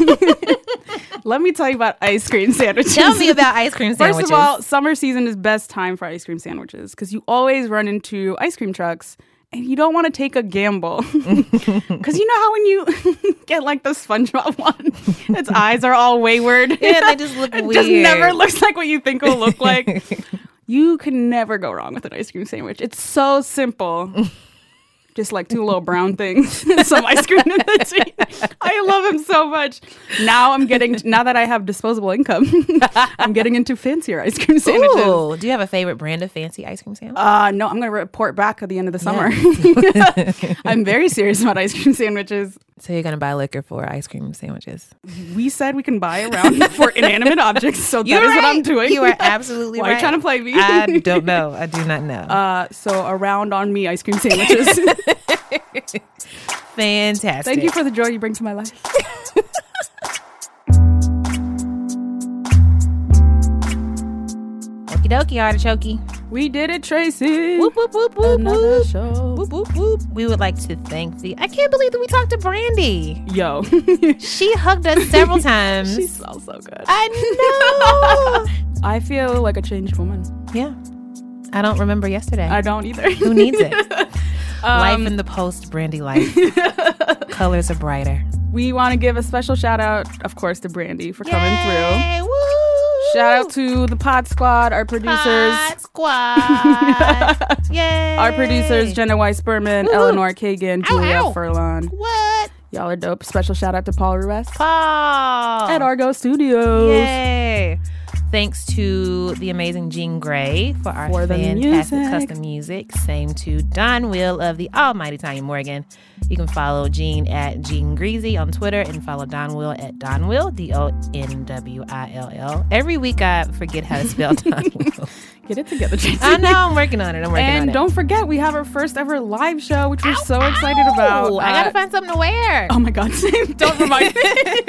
[SPEAKER 2] Let me tell you about ice cream
[SPEAKER 1] (laughs)
[SPEAKER 2] sandwiches.
[SPEAKER 1] Tell me about ice cream
[SPEAKER 2] First
[SPEAKER 1] sandwiches.
[SPEAKER 2] of all, summer season is best time for ice cream sandwiches because you always run into ice cream trucks and you don't want to take a gamble. (laughs) Because you (laughs) know how when you get like the SpongeBob (laughs) one, its eyes are all wayward.
[SPEAKER 1] (laughs) yeah, they just look
[SPEAKER 2] (laughs) It
[SPEAKER 1] weird.
[SPEAKER 2] just never looks like what you think it'll
[SPEAKER 1] (laughs)
[SPEAKER 2] look like. you can never go wrong with an ice cream sandwich. It's so simple. Just like two little brown things, (laughs) some ice cream in between. I love him so much. Now I'm getting now that I have disposable income, (laughs) I'm getting into fancier ice cream sandwiches.
[SPEAKER 1] Ooh, do you have a favorite brand of fancy ice cream sandwich?
[SPEAKER 2] Uh, no, I'm going to report back at the end of the summer. (laughs)
[SPEAKER 1] (laughs)
[SPEAKER 2] I'm very serious about ice cream sandwiches.
[SPEAKER 1] so you're gonna buy liquor for ice cream sandwiches.
[SPEAKER 2] We said we can buy around for inanimate objects, so that is
[SPEAKER 1] You're
[SPEAKER 2] what I'm
[SPEAKER 1] right.
[SPEAKER 2] doing.
[SPEAKER 1] (laughs)
[SPEAKER 2] (laughs)
[SPEAKER 1] You are absolutely right.
[SPEAKER 2] Why Why you trying to play me?
[SPEAKER 1] I (laughs) don't know. I do not know.
[SPEAKER 2] (laughs) Uh, so around on me ice
[SPEAKER 1] (laughs)
[SPEAKER 2] cream sandwiches.
[SPEAKER 1] Fantastic.
[SPEAKER 2] Thank you for the joy you bring to my life.
[SPEAKER 1] Okie dokie, artichoke.
[SPEAKER 2] We did it, Tracy.
[SPEAKER 1] Whoop, whoop, whoop, whoop,
[SPEAKER 2] Another
[SPEAKER 1] whoop.
[SPEAKER 2] show.
[SPEAKER 1] Whoop, whoop, whoop. We would like to thank the. I can't believe that we talked to Brandy.
[SPEAKER 2] Yo, (laughs)
[SPEAKER 1] She hugged us (laughs) several times.
[SPEAKER 2] she smells so good.
[SPEAKER 1] I
[SPEAKER 2] I feel like a changed woman.
[SPEAKER 1] know. (laughs) yeah. I don't remember yesterday.
[SPEAKER 2] I don't either.
[SPEAKER 1] Who needs (laughs) it? life in the post, Brandy (laughs) life. Colors are brighter.
[SPEAKER 2] (laughs) we want to give a special shout out, of course, to Brandy for coming through.
[SPEAKER 1] Yay, Woo!
[SPEAKER 2] Shout out to the Pod Squad, our producers. (laughs)
[SPEAKER 1] Hot (laughs) Squad. Yay.
[SPEAKER 2] Our producers, Jenna Weiss Berman,
[SPEAKER 1] Woo-hoo.
[SPEAKER 2] Eleanor Kagan, Julia
[SPEAKER 1] ow.
[SPEAKER 2] Furlan.
[SPEAKER 1] What?
[SPEAKER 2] Y'all are dope. Special shout out to Paul Ruiz
[SPEAKER 1] Paul.
[SPEAKER 2] at Argo Studios.
[SPEAKER 1] Yay. Thanks to the amazing Jean Gray for our
[SPEAKER 2] For the
[SPEAKER 1] fantastic
[SPEAKER 2] music.
[SPEAKER 1] custom music. Same to Don Will of the Almighty Tanya Morgan. You can follow Jean at Jean Greasy on Twitter and follow Don Will at Don
[SPEAKER 2] (laughs)
[SPEAKER 1] Will, D O N W I L L. Every week I forget how to spell Don Will.
[SPEAKER 2] Get it (laughs) together, Tracy.
[SPEAKER 1] I know I'm working on it. I'm working on
[SPEAKER 2] And
[SPEAKER 1] it.
[SPEAKER 2] don't forget, we have our first ever live show, which we're so excited about.
[SPEAKER 1] Ooh, I
[SPEAKER 2] Uh,
[SPEAKER 1] gotta find something to wear.
[SPEAKER 2] Oh my God, (laughs) same. Don't remind me.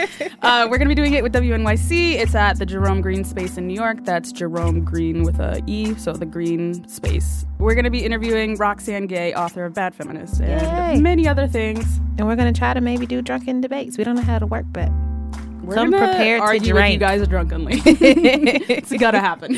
[SPEAKER 1] (laughs)
[SPEAKER 2] uh, we're going to be doing it with WNYC. It's at the Jerome Green Space in New York. That's Jerome Green with a E, so the Green Space. We're going to be interviewing Roxanne Gay, author of Bad Feminist, and
[SPEAKER 1] Yay.
[SPEAKER 2] many other things.
[SPEAKER 1] And we're gonna try to maybe do drunken debates. We don't know how to work, but (laughs)
[SPEAKER 2] We're
[SPEAKER 1] Come
[SPEAKER 2] gonna
[SPEAKER 1] prepared to
[SPEAKER 2] argue If you
[SPEAKER 1] drink.
[SPEAKER 2] guys
[SPEAKER 1] (laughs)
[SPEAKER 2] are drunkenly. (laughs) it's gotta happen.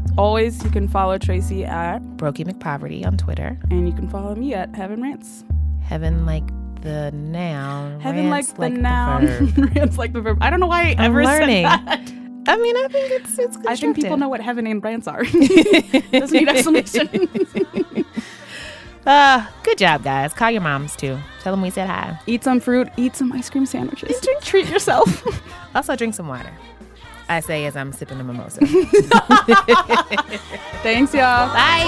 [SPEAKER 2] (laughs) Always, you can follow Tracy at,
[SPEAKER 1] Brokey McPoverty on Twitter.
[SPEAKER 2] and you can follow me at Heaven Rants.
[SPEAKER 1] Heaven like the noun.
[SPEAKER 2] Heaven
[SPEAKER 1] rants
[SPEAKER 2] like the noun, (laughs)
[SPEAKER 1] verb.
[SPEAKER 2] rants like the verb. I don't know why I
[SPEAKER 1] I'm
[SPEAKER 2] ever
[SPEAKER 1] learning.
[SPEAKER 2] said that. (laughs)
[SPEAKER 1] I mean, I think it's it's
[SPEAKER 2] I think people
[SPEAKER 1] constructive.
[SPEAKER 2] know what heaven and rants are. (laughs) Doesn't
[SPEAKER 1] (laughs)
[SPEAKER 2] need explanation.
[SPEAKER 1] Uh, good job, guys. Call your moms too. Tell them we said hi.
[SPEAKER 2] eat some fruit. Eat some ice cream sandwiches. Treat yourself.
[SPEAKER 1] (laughs) Also, drink some water. I say as I'm sipping a
[SPEAKER 2] (laughs)
[SPEAKER 1] mimosa.
[SPEAKER 2] Thanks, y'all.
[SPEAKER 1] Bye.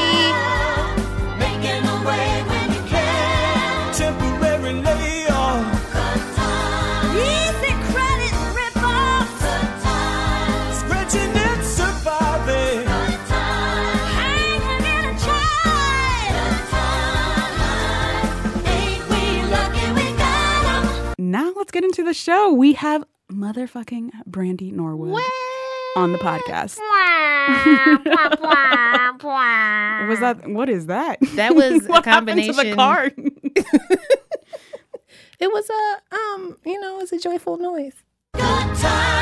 [SPEAKER 5] Making a way when you can.
[SPEAKER 6] Temporary layoff,
[SPEAKER 5] Good times. Easy credit rip-offs. Good times.
[SPEAKER 6] scratching and surviving.
[SPEAKER 5] Good times. Hanging in a child. Good times. Ain't we lucky we got 'em?
[SPEAKER 2] Now let's get into the show. We have motherfucking Brandy Norwood on the podcast. was that? What is that?
[SPEAKER 1] That
[SPEAKER 2] (laughs)
[SPEAKER 1] was a
[SPEAKER 2] What happened to
[SPEAKER 1] combination-
[SPEAKER 2] the car.
[SPEAKER 1] It was a um, you know, it's a joyful noise.
[SPEAKER 5] Good times.